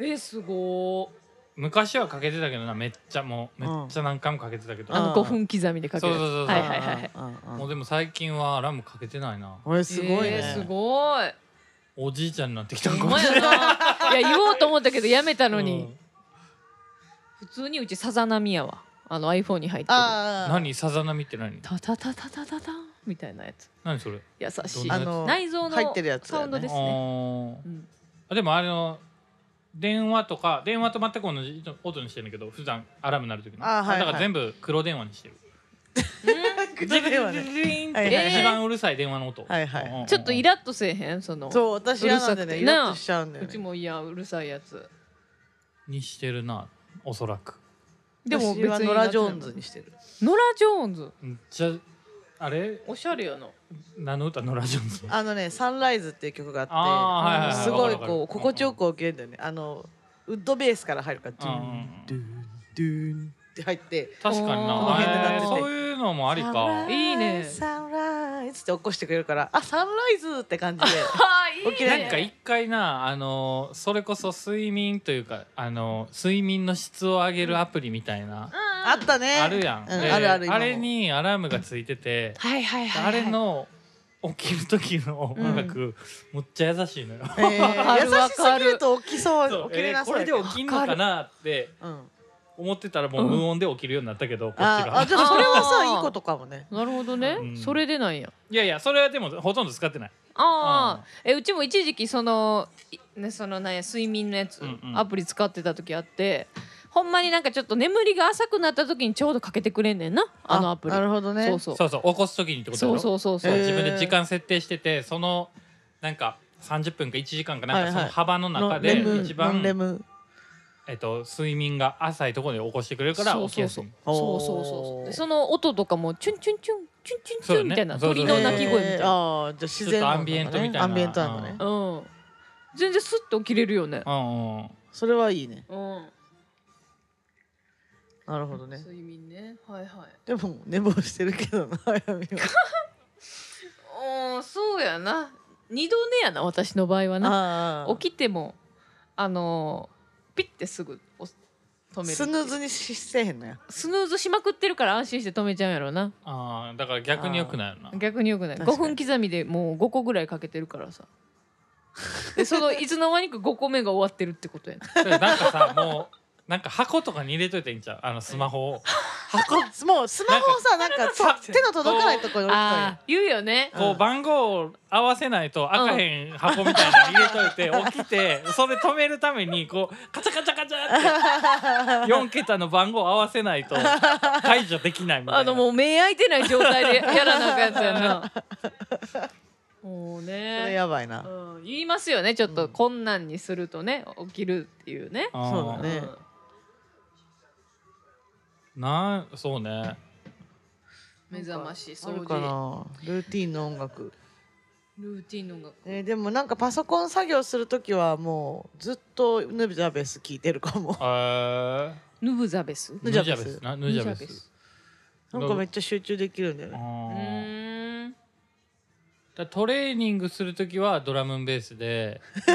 ーすごー
昔はかけてたけどなめっちゃもうめっちゃ何回もかけてたけど、
あの
あー
5分刻みでかける
そうそうそうそう
はいはいはいはい
もうでも最近はアラームかけてないな
これすごいね
えーすごい
おじいちゃんになってきた
ほ
か
ん
も
ま
しれ
やないや言おうと思ったけどやめた
な
の
い
に、普通にうちさざ波やわあの iPhone に入ってる
ああ
うん何さざ波って何
タタタタタタタンみたいなやつ
何それ
優しい
ど
あ
んな
の
内臓の
入ってるやつだ
サ
よね
ウンドですね
あ
うん
ーあでもあれの電話とか電話と全く同じ音にしてるんだけど普段アラーム鳴る時の
あーはいはい
だから全部黒電話にしてる
口では
ジ
ね
リリリンって
はいはい
はい
一番うるさい電話の音
はいはい
うんうんうん
ちょっとイラッとせえへんその
そう私嫌なんでね
うるさくて
イラッとしちゃうんだよ
うち
ね
もいやうるさいやつ
にしてるなおそらく
でも別
私は
に
ノラ・ジョーンズ
なって
にしてる
ないノラ・ジョーンズ
じゃああれ
おしゃれやな
何の歌のラジオンズ
あのね「サンライズ」っていう曲があっ
あーはいはい
て
はい
すごい
わかる
こ
わ
う
かる
心地よく起きるんだよねあのウッドベースから入るからドゥ
うんうんう
ン
ん
ドゥンドゥンって入って
確かに
おー
なあれ
この辺で鳴ってて
そういういうのもありか
イいいね
サンライズって起こしてくれるから、あ、サンライズって感じで。
はいいいね
起きれ
なんか一回なあのそれこそ睡眠というかあの睡眠の質を上げるアプリみたいな、
あったね。
あるやん、
うん
で
あるある今も
れにアラームがついてて、
はいはいはい
あれの起きる時の音楽、むっちゃ優しいのよ。
えー
かる
優しすぎると起きそ
そう
う、起きれな
えーこ
そう
れ
やけ
で
ど。
起きんのかなって
うん。
思ってたらもう無音で起きるようになったけど、こっち
あ、
が
あ、。でもそれは
あ
さ、
ー
いいことかもね。
なるほどね、
うん
それでなんや
いやいやそれはでもほとんど使ってない。
ああ、えうちも一時期そのいねそのなんや睡眠のやつ、
うんうん
アプリ使ってた時あってほんまになんかちょっと眠りが浅くなった時にちょうどかけてくれんねんなあのアプリ
なるほどね。
そうそう
そうそう起こす時にってことだ
そ
ろ
うそうそうそう、
へー
自分で時間設定しててそのなんか30分か1時間かな
は
んか
い
そ
はい
の幅の中
レ
で
ム
一
ノ
番
ン、レム。
えっと、睡眠が浅いところで起こしてくれるから
そう
起き
そう
やす
そ
いう
そうそうそうでその音とかもチュンチュンチュンチュンチュンチュンみたいな、
そうだ
鳥
ね
の鳴き声みたい
えー
な、
あーじゃあ自然
ち
の
ょっとアンビエントみたいな
アンビエントなんだね
うん
うん全然スッと起きれるよね
うんうん
それはいいね
うん
なるほどね
睡眠ねはいはい
でも寝坊してるけどなあや
うん
み
そうやな二度寝やな私の場合はな
はあ
起きてもあのーピッてすぐ押す止
き
める
スヌーズにしせえへんのや
スヌーズしまくってるから安心して止めちゃうんやろな
あーだから逆に良くなるな
逆によくない
確
5
かに
分刻みでもう5個ぐらいかけてるからさでそ のいつの間にか5個目が終わってるってことやな
それなんかさもうなんか箱とかに入れといていいんちゃうあのスマホを
箱もうスマホをさなんかさ手の届かないところに置きたい
あー言うよね
うん
こう番号を合わせないと赤へん箱みたいなの入れといて起きてそれ止めるためにこうカチャカチャカチャって4桁の番号を合わせないと解除できないみたいな
あのもう目開いてない状態でやらなあかんやつや なもう
それ
ね、
やばいな
うん、言いますよねちょっと困難にするとね起きるっていうね
あー
そうだね
うん
なんそうね
目覚まし
あ
掃
るか
除
なルーティンの音楽
ルーティンの音楽
えーでもなんかパソコン作業するときはもうずっとヌジャベス聞いてるかも
えー
ヌブザベス
ヌ
ヌ
ジ
ジ
ャ
ャ
ベ
ベ
ス
スなヌジャベス
なんかめっちゃ集中できるんだよ
あ
う
ね
ー
ーん
だトレーニングする時はドラムンベースで
え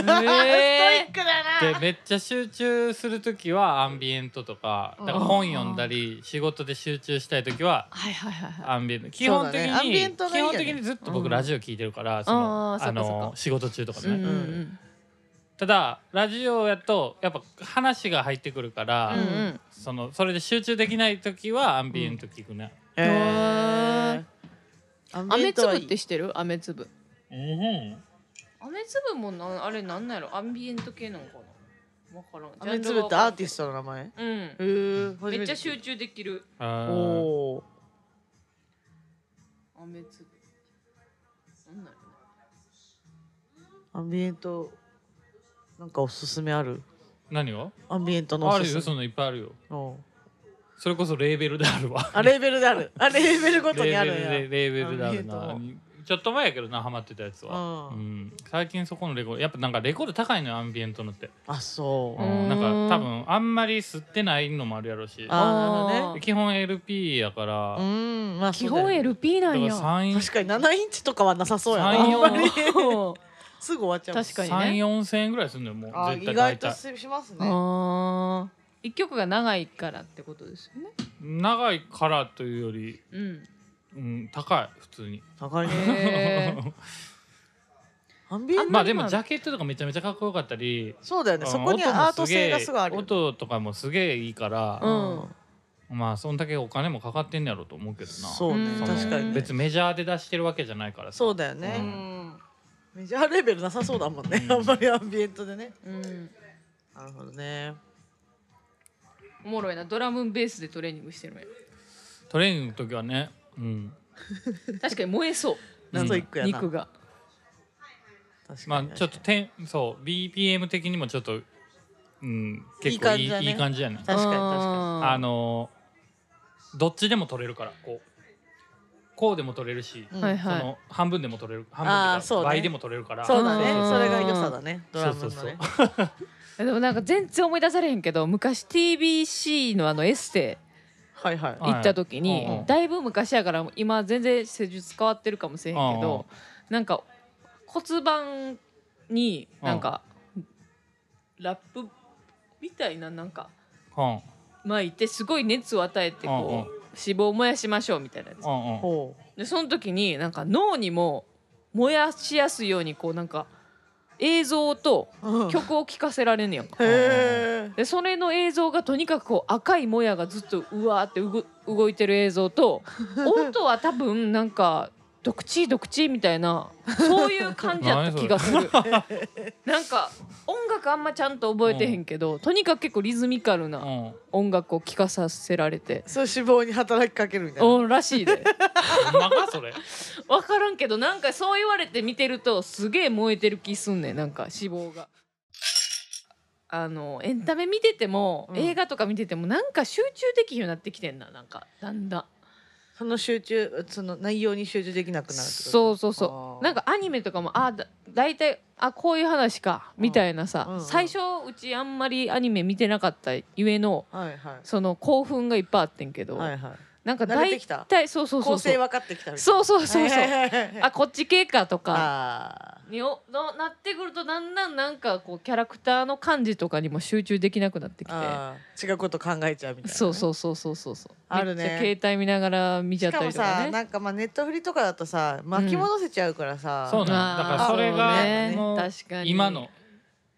ー、
でめっちゃ集中する時はアンビエントとかだから本読んだり仕事で集中したい時は
はいはいはいはい
アンビエント基本的
そうだねアンビ
に、
エントがい
基
いよね
本的にずっと僕ラジオ聞いてるから、その
あーそっ
あ
かそっか
の仕事中とかね、
うんうん
ただラジオやとやっぱ話が入ってくるから、
うんうん
そのそれで集中できない時はアンビエント聞くね、
えーアンビエ
雨
ント
粒
は
っ
いい
てしてる雨粒
うん
雨粒もなんあれなんなんやろアンビエント系なのかなわからん
アメツブってアーティストの名前
トうん
うん
めっちゃ集中できる
あー
おお
雨粒なんなんやろね
ーアンビエントなんかおすすめある
何が
アンビエントのお
あ
す
るよ
す
そ
め
のいっぱいあるよ
おう
それこそレーベルであるわ
あレーベルであるあレーベルご
レ
とにあ
ーベ
るん
ル
や
でレーベルである
ア
な
ンビ
ちょっと前やけどなハマってたやつは、
う
うんん、最近そこのレコードやっぱなんかレコード高いのよアンビエントのって、、
あそううん
なん
うん
か多分あんまり吸ってないのもあるやろうし
あーなるほど
あー
基本 LP やから、
うんまあ
基
そうだよ
本
ね
LP な
だか
ん
ら
や
3
確かに7インチとかはなさそうやな
三
あん
四
まり
おー
すぐ終わっちゃうもん
確かにね
三四千円ぐらいするのよもう
あー
絶
意
対
外
大
と
体
しますね
あー一曲が長いからってことですよね
長いからというより、
うん
うん、高い普通に、
高い ね
へ ー
アンビエント
まあでもジャケットとかめちゃめちゃかっこよかったり
そうだよね
うん
そこに
音も
アート性がすごいあるよね
音とかもすげえいいから、
うん
まあそんだけお金もかかってんやろうと思うけどな
そうね
うん
確かにね
別にメジャーで出してるわけじゃないからさ
そうだよね、メジャーレベルなさそうだもんね、
うん
あんまりアンビエントでね
うん
なるほどね
おもろいなドラムベースでトレーニングしてるのよ
トレーニングの時はね、うん、
確かに燃えそう
ストイックやな、
肉が
確
ま
かに
あちょっとてんそう BPM 的にもちょっと、うん、結構
い
い
い感じ
い
だね
いい感じやね
確かに確か
あ
あのーどっちでも取れるからこうこうでも取れるし、
に、うん
はいはい
その半分でも取れる半分
あー
ってい
そうう
か
ね
倍でも取れるから
そうだね
うん
それが良さだねドラムのね
そうそう
でもなんか全然思い出されへんけど昔 TBC のあのエステ
はいはい
行った時に、
はいうん
だいぶ昔やから今全然施術変わってるかもしれへんけど、なんか骨盤になんか、ラップみたいななんか
うん
巻いてすごい熱を与えてこう、
う
脂肪を燃やしましょうみたいなやつ
うんうん
ほ
でその時になんか脳にも燃やしやすいようにこうなんか映像と
う うんへ
曲を聴かせられんねやんか。
え
でそれの映像がとにかくこう赤いもやがずっとうわーってうご動いてる映像 と音は多分なんかドクチードクチーみたいなそういう感じやった気がす るなんか音楽あんまちゃんと覚えてへんけど、とにかく結構リズミカル
う
なん音楽を聴かさせられて。
そう脂肪に働きかけるみたいな
おらしい で
ほんまかそ れ
分からんけどなんかそう言われて見てるとすげえ燃えてる気すんねんなんか脂肪が。あのエンタメ見てても、
うん
映画とか見ててもなんか集中できるようになってきてんななんかだんだん
その集中その内容に集中できなくなるってこと
そうそうそ
あ
う
ー
なんかアニメとかもあだ大体あこういう話かみたいなさ、
うんうんうん
最初うちあんまりアニメ見てなかったゆえの
はいはい
その興奮がいっぱいあってんけど、
はいはい
なんか
慣れて
大
きた
体そうそうそ
構
うそ
成
う
分かってきたみたいな
そうそうそうそうあ
あ
こっち系かとか
あ
におのなってくるとだんだんなんかこうキャラクターの感じとかにも集中できなくなってきて
あー違うこと考えちゃうみたいなね
そうそうそうそうそうそう
あるね
めっちゃ携帯見ながら見ちゃっ
し
た
か
り
も
とか
さ
ね
なんかまあネットフリとかだとさ巻き戻せちゃうからさ
そうなんだからそれが
あー
もう
確かに
今の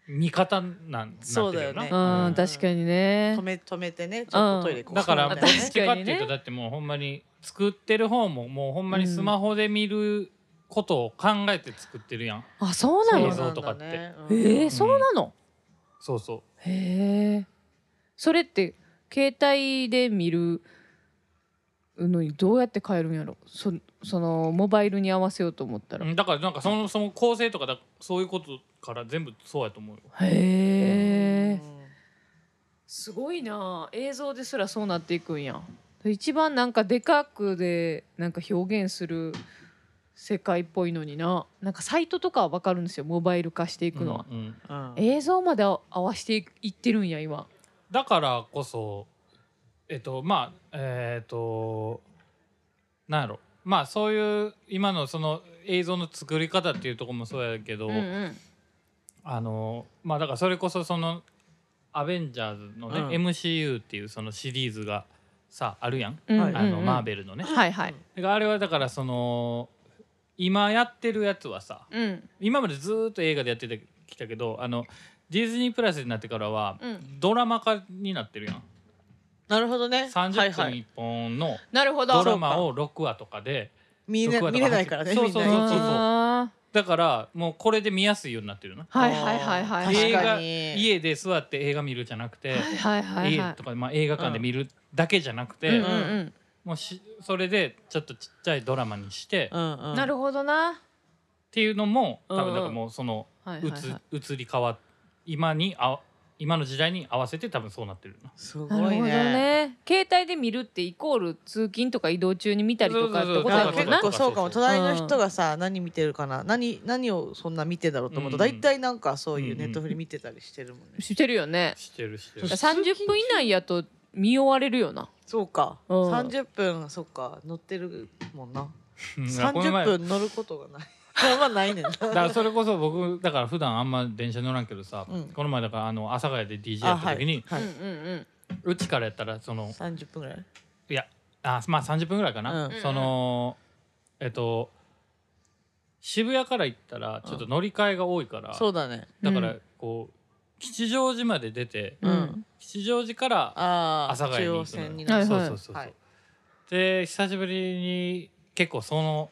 見方なん
そうだよね
なってる
う
よなん
確かにね
止め止めてねちょっとトイレ行こう
だから
そう
どっ
だね
ちかって
確か
いう
にね
とだってもうほんまに作ってる方ももうほんまにスマホで見ることを考えて作ってるやん、
あそうな
ら
の
映像とかって
えー、そうなの
そうそう
へえそれって携帯で見るのにどうやって変えるんやろそそのモバイルに合わせようと思ったら
う
へ
んだからなんかそのその構成とかだそういうことから全部そうやと思うよ
えすごいなあ映像ですらそうなっていくんや一番なんかでかくでなんか表現する世界っぽいのにななんかサイトとかは分かるんですよモバイル化していくのは、
うんうん
え
映像まで合わせていってるんや今
だからこそえっとまあえっとなんやろまあそういう今のその映像の作り方っていうところもそうやけど、
うんうん
あのまあだからそれこそその「アベンジャーズ」のね、
うん
MCU っていうそのシリーズがさあるやん、
うん
はい
あのマー
ベ
ベルのね。
はいはい
だからあれはだからその今やってるやつはさ
うん
今までずーっと映画でやってきたけどあのディズニープラスになってからは、
うん
ドラマ化になってるやん。
なるほどねはい
30
は
分
い
一本の
なるほど
ドラマを6話とかで
見れ
録画
見
とか
れないからね
そうそう
みんな
そうそう
あ
だからもうこれで見やすいようになってるな。
ーはいはいはいはいはい
確
映
か
画
に
家で座って映画見るじゃなく
は
て、
いはいは
家
い
とか、まあ、映画館で見るだけじゃなくて、
うんうん
もうしそれでちょっとちっちゃいドラマにして、
う
っ
んう
うんんなるほどな
ていうのも多
うんう
分
ん
だからもうその
はいは
移
いはい
移り変わっ今にあわ今の時代に合わせて多分そうなってるな。
すご
なるほ
い
ど
ね
ね携帯で見るってイコール通勤とか移動中に見たりとかってこ
そ
と
う
や
そ
あ
もん
うそう
結
な
構そうか
う
も
ん
隣の人がさ何見てるかな何何をそんな見てだろうと思うと
うんうん
大体なんかそういう
うん
ネ
うん
ットフリ見てたりしてるもんね
してるよね
してるしてる
そ。
30分以内やと見終われるよな
そうか
うん
30分そっか乗ってるもんな
うんだからこの前
30分乗ることがない あんまない ねんな
だからそれこそ僕だから普段あんま電車乗らんけどさ、
うん
この前だからあの阿佐ヶ谷で DJ やった時に、
はいは
う
い
んうん
うちからやったらその
30分ぐらい
いやあまあ30分ぐらいかな、
うん
そのえっと渋谷から行ったらちょっと乗り換えが多いから、
そうだね
だか
う
らこう吉祥寺まで出て、
うん
うん
吉祥寺から
あ
阿佐
中
ヶ谷に
央
行くのよ
線に
は
なる
い
そう
はい
そうそうそう、
はい
で久しぶりに結構その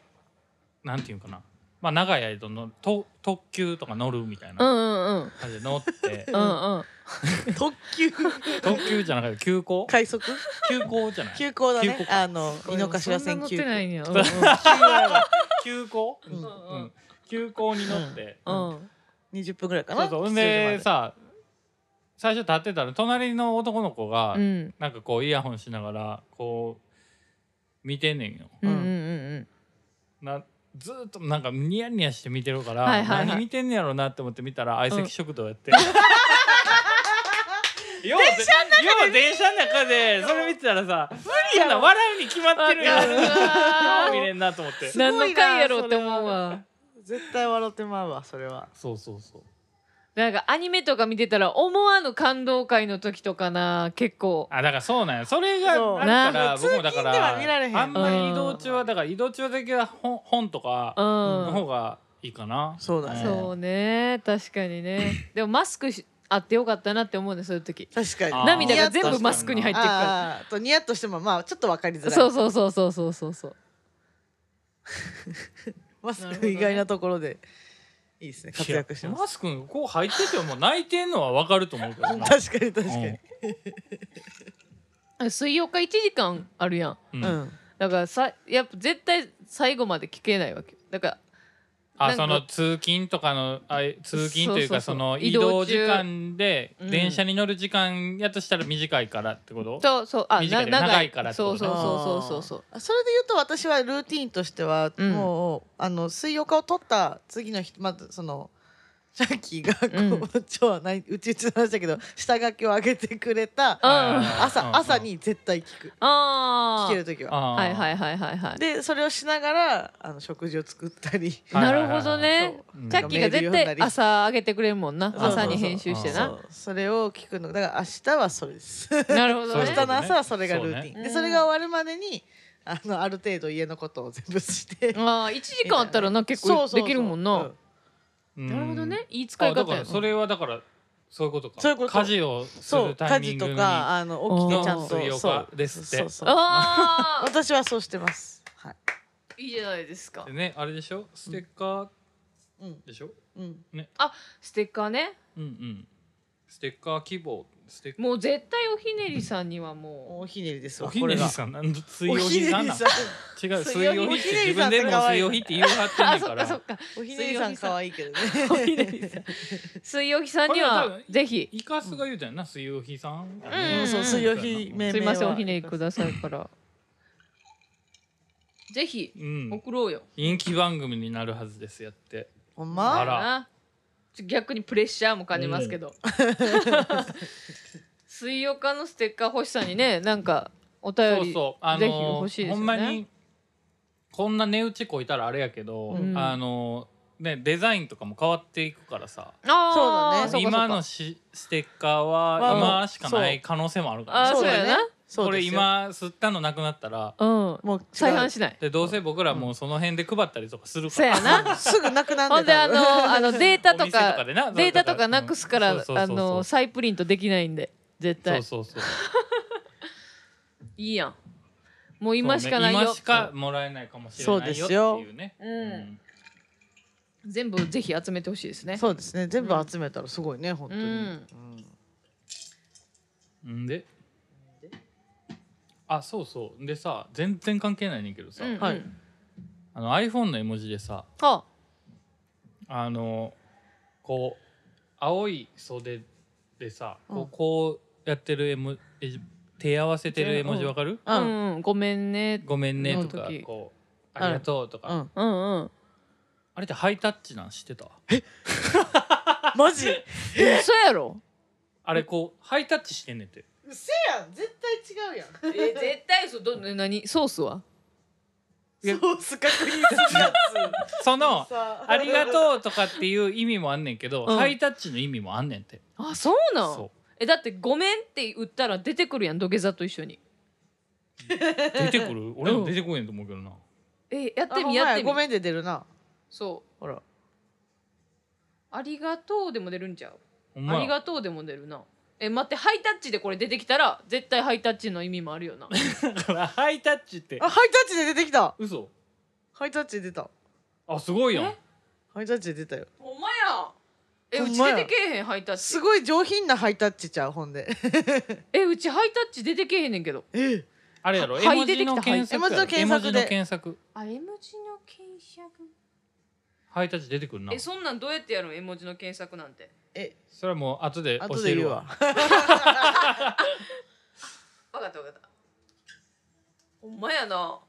なんていうんかなまあ長い間のと特急とか乗るみたい
うんう
なん
うん
感じで乗って、
うんうん
特急
特急じゃなくて急行
快 速
急行じゃない
急行だ
急行
ね
か
あの井の頭
そ
線急
んな乗ってない
行
んや
急行、
うん
うん急行に乗って、
うんうん
20分ぐらいか
そう
な
そうほん
吉
で
祥寺
さ最初立ってたら隣の男の子が、
うん
なんかこうイヤホンしながらこう見てんねんよ。
うんうんうん
なずーっとなんかニヤニヤして見てるから、
はいはいはい
何見てんねやろうなって思って見たら相席食堂やって、よう電車の中でそれ見てたらさ無理やな笑うに決まってるやん
わか
よ
るわ
う見れんなと思って
な
何の回やろうって思うわ
絶対笑ってまうわそれは
そうそうそう
なんかアニメとか見てたら思わぬ感動会の時とかな結構
あだからそうなんやそれがあ
な
るから
通
僕もだか
勤では見られへん
らあんまり移動中はだから移動中だけは本本と
う
かの
ん
方がいいかな
そうだね
そうね確かにねでもマスクしあってよかったなって思うねそういう時
確かに
あー
涙が全部マスクに入ってるか
あーとニヤッとしてもまあちょっとわかりづら
ら
い
そうそうそうそうそうそうそう
マス
なるほ
ク
どね
意外なところでいいですね活躍して
いや
ま
マスクこう入っててももう泣いてんのはわかると思うけどな
す確かに確かに
あ水曜日1時間あるやん
うん
う
うん
ん
だからさやっぱ絶対最後まで聞けないわけだから
あ
なんか
その通勤とかのあ通勤というか
そそうそ
そう
う
の
移
移
動
動
中
時間で
うん
電車に乗る時間やとしたら短いからってこと、
そうそうあ
短い
な
長いからって
そ
こ
うそ
と
うそうそうそうそう
あーそれで言うと私はルーティーンとしては、
うん
もうあの水曜化を取った次の日まずそのジャッキーがこう、 今日はないうちうちの話だけど下書きを上げてくれた
うん
朝朝に絶対聞く
あ
聞
あ
ける時は。
は
はいはいはいはいはい
でそれをしながらあの食事を作ったり。
なるほどね
そう
うん
チャッキーが絶対朝あげてくれるもんな
そうそうそう
朝に編集して
そ
な
うそれを聞くのだから明日はそれです。
なるほど
そ
明
うい
ね
う
日の朝はそれがルーティン、
そうね
でそれが終わるまでにあのある程度家のことを全部して
ああ1時間あったらな結構できるもん
そうそう
な
そう
うん
なるほどねいい使
あ
い
だ
方
か
や
ら
な
それはだからそういうことか
そういうこと
家事をす
そう
るタ
家
イ
事
ミング
と
に
かあの起きてちゃんと
水曜
そ
化
う
ですって
そうそう
あ
私はそうしてますはい
あ いいじゃないですか
でねあれでしょステッカー
うん
でしょ、
うん
ステッカーね
うん、うんステッカー希望ステッカ
もう絶対おひねりさんにはも
おひねりです
ー
わ
おひ
こ
ね
れ
り
が
さんなん水曜日さんな
お
ん
ひね
違
水
う水
曜日
曜日って自分でも水曜日って言わはっ
う
てん
あ
ねん
そ
か
っからそっか
おひねりさん可愛いけどね
おひねりさん水曜日さんに
これは
は
多分
ぜひ
イカスが言うたよな、水曜日さん。
んうん
そう水曜日命名は
すいませんおひねりくださいからぜひ
うん。
送ろうよ
人気番組になるはずですやって。
ほん
あ
ま
ら
なちょ逆にプレッシャーも感じますけど、 水曜日のステッカー星さんにねなんかお便
そう
り
そう、あ
ぜひ
の
欲しい
ー、
ですよね
ほんまに。こんな値打ちこいたらあれやけど、
うん
あのー、ね、デザインとかも変わっていくからさ。
あー
そうだね
か
今の
そう
しステッカーは
まあ
今しかない可能性もあるか
あー
らね、
そうやな
そう
これ
ですよ
今吸ったのなくなったら
かうん
もう
再販しない
でどうせ僕らもうその辺で配ったりとかするか
そう
ら、
やな
ないすぐなくな
ほ
る
んであのあのデータと
お店と
か
かでな
データとかなくすから、
うんそうそう
あ
そうそう
の再プリントできないんで絶対
そうそうそう
いいやんもう今しかないよ、
そうね今しかもらえないかもしれないよっていうね。
うん全部ぜひ集めてほしいですね
そうですね全部集めたらすごいね本当に
うん
うん
うん。んで。あ、そうそう。でさ、全然関係ないねんけどさ、
うんうん
はい
あの iPhone の絵文字でさ、
あ
あのこう青い袖でさ、こう,、
うん
こうやってる絵文字、手合わせてる絵文字わかる？
う
うん
ん、うん、ごめんね
ごめんねとか
うん、
こうありがとうとか、
うん
うんうん
あれってハイタッチなん知ってた？
マジ
嘘やろ
あれこうハイタッチしてんねんって。
うせやん絶対違うやん
え絶対嘘ど何ソースは
ソース確認するや
その
つさ
ありがとうとかっていう意味もあんねんけど、
うん
ハイタッチの意味もあんねんって。
あそうなん
そ
えだって「ごめん」って言ったら出てくるやん土下座と一緒に
う。出てくる？俺も出てこねんと思うけどな。
えやっ
あ
て
ほんま
み
や
やってみ
ごめんで出るな
そう
ほら
「ありがとう」でも出るんちゃう
ほ
「
んま
あり
や。
がとう」でも出るなえ待ってハイタッチでこれ出てきたら絶対ハイタッチの意味もあるよな
だから ハイタッチって
あ。ハイタッチで出てきた
嘘。
ハイタッチで出た
あすごいやん
え。
ハイタッチで出たよ
ほんまやえ
ほ
うんち
ま
出
や
てけえへんハイタッチ
すごい上品なハイタッチちゃうほんで
えうちハイタッチ出てけえへんねんけど
え
あれやろ。
は
絵文字の
はい出てきた
検索やろ。
絵
絵
文
文
字の検索
字
で
の検索。
あ絵文字の検索
ハイタッチ出てくるな
え。そんなんどうやってやるん絵文字の検索なんて
え
それはもう後で
後
教え
で言う
るわ
わ。
わかったわかったほんまやな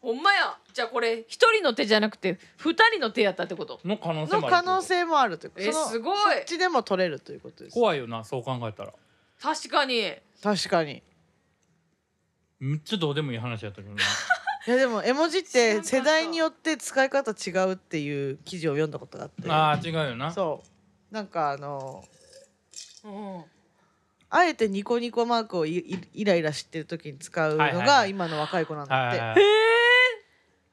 ほんまやじゃあこれ一人の手じゃなくて二人の手やったってこと
の可能 性
の
もある
可能性もあるという
え
その
すごい
そっちでも取れるということです
怖いよなそう考えたら
確かに
確かに
めっちゃどうでもいい話やったけどな
いやでも絵文字っ
知らなか
て
った
世代によって使い方違うっていう記事を読んだことがあって
あー違うよな
そうなんかあの
うん
あえてニコニコマークをいいイライラしてる時に使うの
はいはいは
が
い
今の若い子なんだって、
は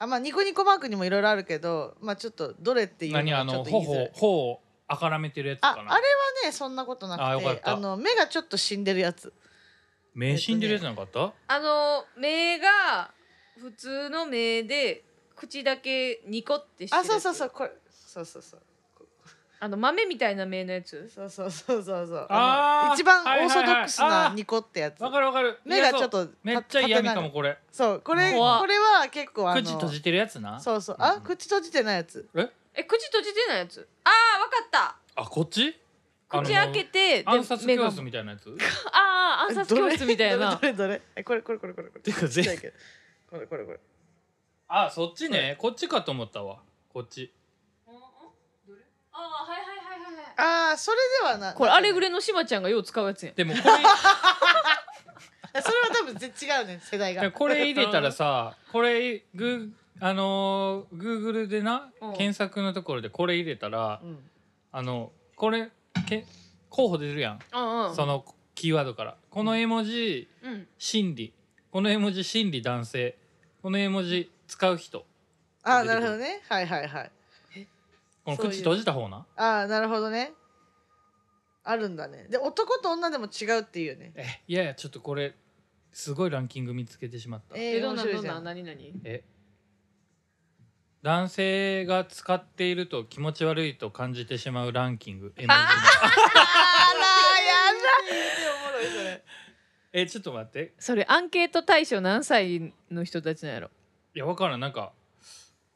あまあニコニコマークにもいろいろあるけどまあちょっとどれってい
い、
うの
何あ
がちょ
の
っと言いづら
頬
い
頬をあからめてるやつ
ああ
か
れ
な
はねそんなことな
あよ
く
かってた
あの目がちょっと死んでるやつ
目死んでるやつなかった、
あの目が普通の目で口だけニコってしてる
あ
やつ
そうそうそうこれそうそうそう
あの豆みたいな目のやつ
そうそうそうそうそう
あー
の一番
はいはいはい
オーソドックス
あ
な
ー
ニコってやつ
わかるわかる
目がちょっ
いやそう
とた
めっちゃ嫌味か
立てな
も
い
これ
そうこれこ
怖っ
れは結構あの
口閉じてるやつな
そうそう
う
あ
ん
口閉じてないやつ
え
え口閉じてないやつああわかった
あこっち
口開けて
あの暗殺
目
教
が
室みたいなやつ
ああ暗殺教室みたいな
どれどれどれえこれこれこれこれこれ
てか全
ちっちゃいけどこれこれこれ
あそっちねこっちかと思ったわこっち
ああはいはいはいはいはい
ああそれではな
これあれぐ
れ
れのしまちゃんがよう使うやつやん
でもこ れ
それは多分ぜ違うね世代
で
が
もこれ入れたらさこれグーあのー、Google でな
うん
検索のところでこれ入れたら
うん
あのこれけ候補出るやん
うんうん
そのキーワードからこの絵文字
うん
心理この絵文字心理男性この絵文字使う人
ああなるほどねはいはいはい
この
そういう
口閉じた方な
ああなるほどねあるんだねで男と女でも違うっていうよね
えいやいやちょっとこれすごいランキング見つけてしまった
え
えー
どん
面
な
白
ど
い
ん
じゃ
なん
ん
何何
え男性が使っていると気持ち悪いと感じてしまうランキング絵文字の
あらやだ言うておもろいそれ
えちょっと待って
それアンケート対象何歳の人たちなんやろ
いやわからんなんか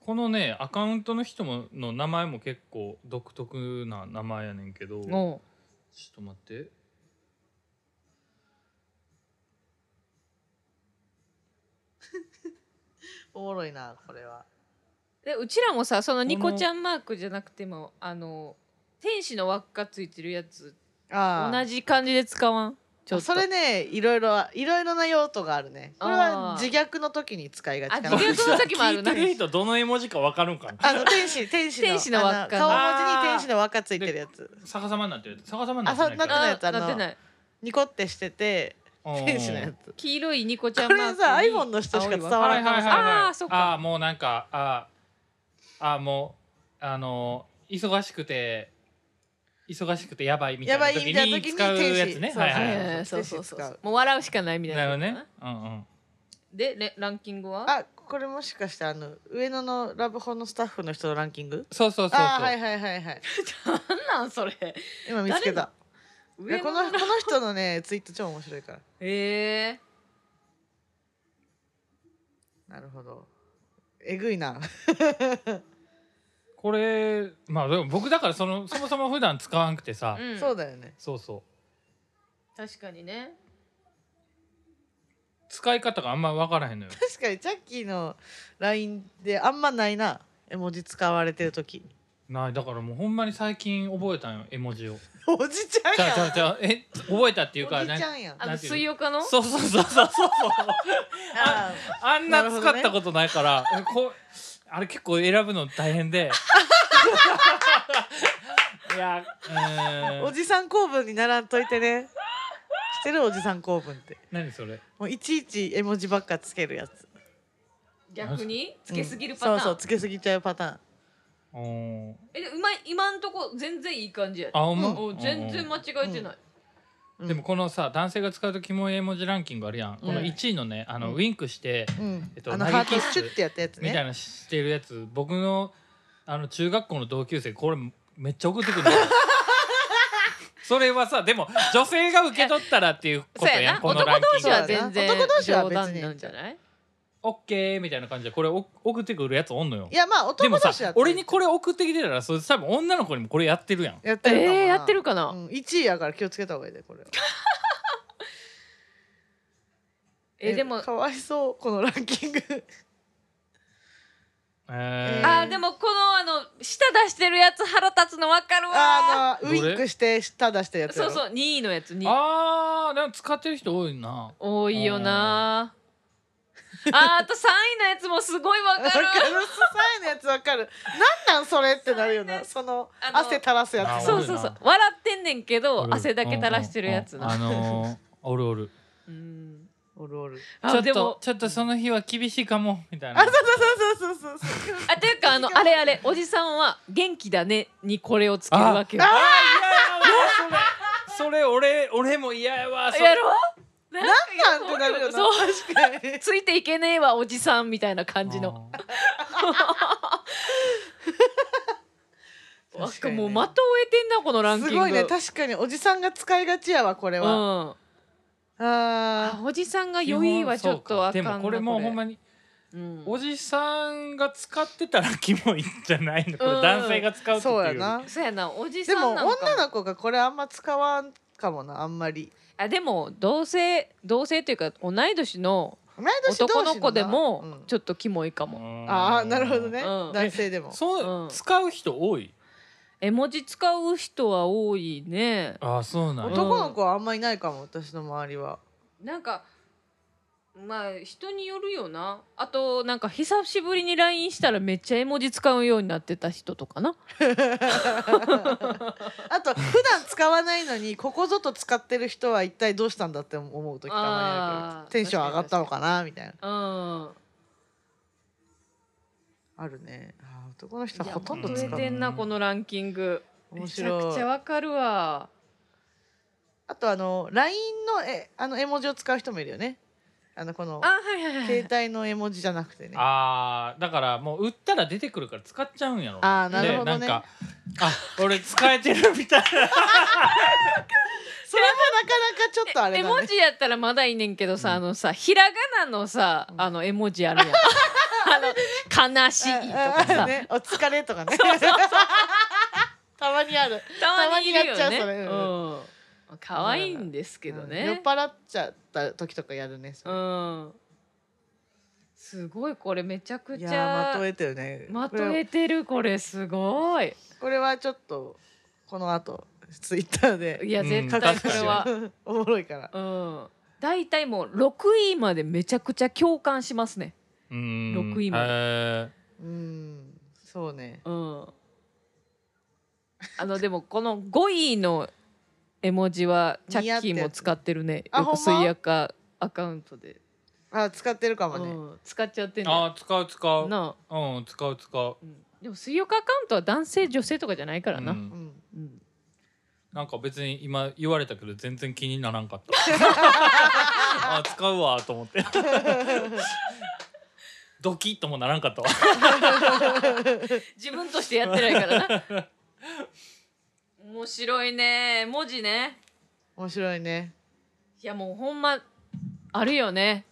このねアカウントの人もの名前も結構独特な名前やねんけどちょっ
も
と待って
おもろいなこれは
うでうちらもさそのニコちゃんマークじゃなくてもあの天使の輪っかついてるやつ
あ
同じ感じで使わんちょっと
それねいろいろいろいろな用途があるねこれは
あー
自虐の時に使いがちかな
あ自虐の時もあるな
聞いてる人どの絵文字かわかるんかな
あの天使天使の
天使の輪っか
あの顔文字に天使の輪っかついてるやつ
逆さまになってる逆さまになってない
あそう
か
な
あ
やつあの
なってない
ニコってしてて
うん
天使のやつ
黄色いニコちゃん
こ
マー
れ
ク
さ iPhone の人しか伝わ
は
ら
いはい
な
はいい
か
はい
も
あーそっか
あーもうなんかあーあーもうあのー忙しくて忙しくてやばいみた
やばい
い
みたいな
な時に
時に
使うや
天
つ
使
ね
そう
はいはいはい
えーそうそうそうそうもう笑うしかないみたい
な
な
るほどねうんうん
でレランキングは
あこれもしかしてあの上野のラブホのスタッフの人のランキング
そうそうそうそう
あーはいはいはいはい
なんなんそれ
今見つけたいや
上
こ
の
のこの人のねツイート超面白いから
ええ
なるほどえぐいな
これまあでも僕だからそのそもそも普段使わんくてさ、
うん、
そうだよね
そうそう
確かにね
使い方があんま分からへんのよ
確かにチャッキーの LINE であんまないな絵文字使われてる時
ないだからもうほんまに最近覚えたんよ絵文字を
おじちゃん
じゃ
や
あじゃあじゃあえ覚えたっていう
ん
か
おじ
なん
ち
か
ゃんやん
あの
なんていうの
水曜日の
そうそうそうそうそうそう
あ
あん
な
な
るほ
使
ど
っ
ね
たことないから、えこうあれ結構選ぶの大変でいやう
ー
ー
お
ん
じさん構文にならんといてねしてるおじさん構文って
何それ
もういちいち絵文字ばっかつけるやつ
逆につけすぎるパター
そ
ン、
うそうつけすぎちゃうパターン
おー
えでうまい今んとこ全然いい感じやで
あほんま、
お全然間違えてない、
うん
でもこのさ男性が使うとキモい絵文字ランキングあるやん、この
うん
1位のねあの、
うん
ウィンクして
うん
えっと
あの
投げ
ハート
キッス
シュッてやったやつ
みたい
ね
なしてるやつ僕のあの中学校の同級生これめっちゃ送ってくるのそれはさでも女性が受け取ったらっていうこと
そう
やん
やな
こ
男
のラン
同
キ
士
ング
は全然
そうやな男同士は
冗
別に
談なんじゃない
オッケーみたいな感じでこれお送ってくるやつおんのよ
いやまあ
で
男
もさ
同士やった
俺にこれ送ってきてたらそれ多分女の子にもこれやってるやん
やって
え
るかもな
ー、やってるかな、
うん1位やから気をつけた方がいいでこれは
えでも
かわいそうこのランキング
えー、
あーでもこのあの舌出してるやつ腹立つのわかるわ
あのウインクして舌出したやつや
そう
ろ
そう2位のやつに
あーでも使ってる人多いな
多いよなあーあと3位のやつもすごいわ
わ
か
か
る
るスサイのやつわかるなんなんそれってなるよなその
あの
汗垂らすや
あ
つ
そうそうそう笑ってんねんけど汗だけ垂らしてるやつ
うんうん
な
うんあのー、おるおる
うん
おるおる
あ
ちょっ
でも
とちょっとその日は厳しいかもみたい
あ
な
そうそうそうそうそうそう
あていうかあのあれあれおじさんは元気だねにこれをつけるわけよ
あ
あー嫌やわそれそ れ俺俺も嫌やわそれ
やろなん
なんてなるよな
そう
確かに
ついていけねえわおじさんみたいな感じの
あー
わ
確かにね
もう的を得てんなこのランキング
すごいね確かにおじさんが使いがちやわこれ
う
は、
んあ
あ
おじさんが良いはちょっとわかん
で
な
もこれもうほんまに
うん
おじさんが使ってたらキモいんじゃないのこれ
うん
男性が使う
あ
時
そうや
より
な
そうやなおじさ
でも
んなのかも
女の子がこれあんま使わんかもなあんまり
あでも同性同性というか同い年の
同い年同士
男の子で
う
も
ん
ちょっとキモいかも、
うん
ああなるほどね、
うん
男性でも
そう、
うん
使う人多い
絵文字使う人は多いね
ああそうなん
や
男の子はあんまいないかも私の周りは
なんかまあ人によるよなあとなんか久しぶりに LINE したらめっちゃ絵文字使うようになってた人とかな
あと普段使わないのにここぞと使ってる人は一体どうしたんだって思う時たまにあ
あー
るけどテンション上がったのかなみたいな
うん
あるねあー男の人
い
は
や
ほとんど使
本当増えて
うん
な
うん
このランキング
面
めちゃ
白
くちゃ
い
わかるわ
あとあの LINE のえあの絵文字を使う人もいるよねあのこの
あはいはいはい
携帯の絵文字じゃなくてね
あーだからもう売ったら出てくるから使っちゃうんやろ
あーなるほどね
でなんかあ俺使えてるみたいな
それもなかなかちょっとあれ
絵
だ
文
ね
字やったらまだいいねんけどさ、
うん
あのさひらがなのさあの絵文字あるやんあの悲しいとか
ああ
さ、
ねお疲れとかね たまにある
たまにいるよね
たまにやっちゃうそれう
うん可愛いんですけど
うん酔っ
ね
払っちゃった時とかやるねそれ
うんすごいこれめちゃく
い
ち
やーま
ゃ
とえてるね
ま
ことれ
えてるこれすごい
これはちょっとこの後ツイッター
い
で
や
うん
絶
書
対
く
こ
か
れ
し
は
ら おもろいから
うん大体もう6位までめちゃくちゃ共感しますね
うーん
六位まで
え
うんそうね
うんあのでもこの5位の絵文字はチャッキーも使ってるね
あ
よく
ほんま
水垢アカウントで、
あ使ってるかも
う
ね
ん、使っちゃってん
ー、
ねん
あー使う使う
なあ
うん使う使う
うんでも水浴アカウントは男性女性とかじゃないからな、
う
うん
う、ん
ん
なんか別に今言われたけど全然気にならんかった あ使うわと思ってドキッともならんかったわ
自分としてやってないからな 面白いね文字ね
面白いね
いやもうほんまあるよね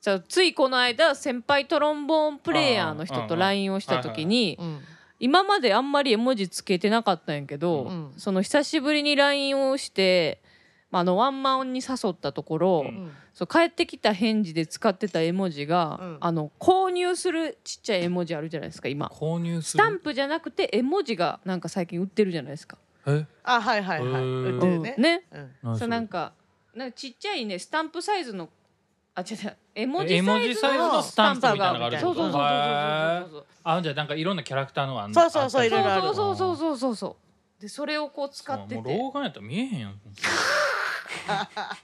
じゃあついこの間先輩トロンボーンプレイヤーの人と LINE をした時に
うん
今まであんまり絵文字つけてなかったんやけど、
うん
その久しぶりに LINE をして、まあ、あのワンマンに誘ったところ、
うん
そう帰ってきた返事で使ってた絵文字が、
うん
あの購入するちっちゃい絵文字あるじゃないですか今
購入す
ス
る
タンプじゃなくて絵文字がなんか最近売ってるじゃないですか。
え
あはいはいは
へ
い
ー
売ってるね
うんね
うん
何
そうなんかなんかちっちゃいねスタンプサイズのあ違う違う絵文
絵
字
文
サ
字
イズ
サイズの
の
スタンプみたいなのがあるって
そ
こ
うそうそう
と
そう
へ
そうそ
ー
うそうそう
あじゃあなんかいろんなキャラクターのがあん
そうそうそう
あったり
いろいろある
そうそうそうそうそうそうでそれをこう使って
そうもう
て
老眼やったら見えへんやん、
あ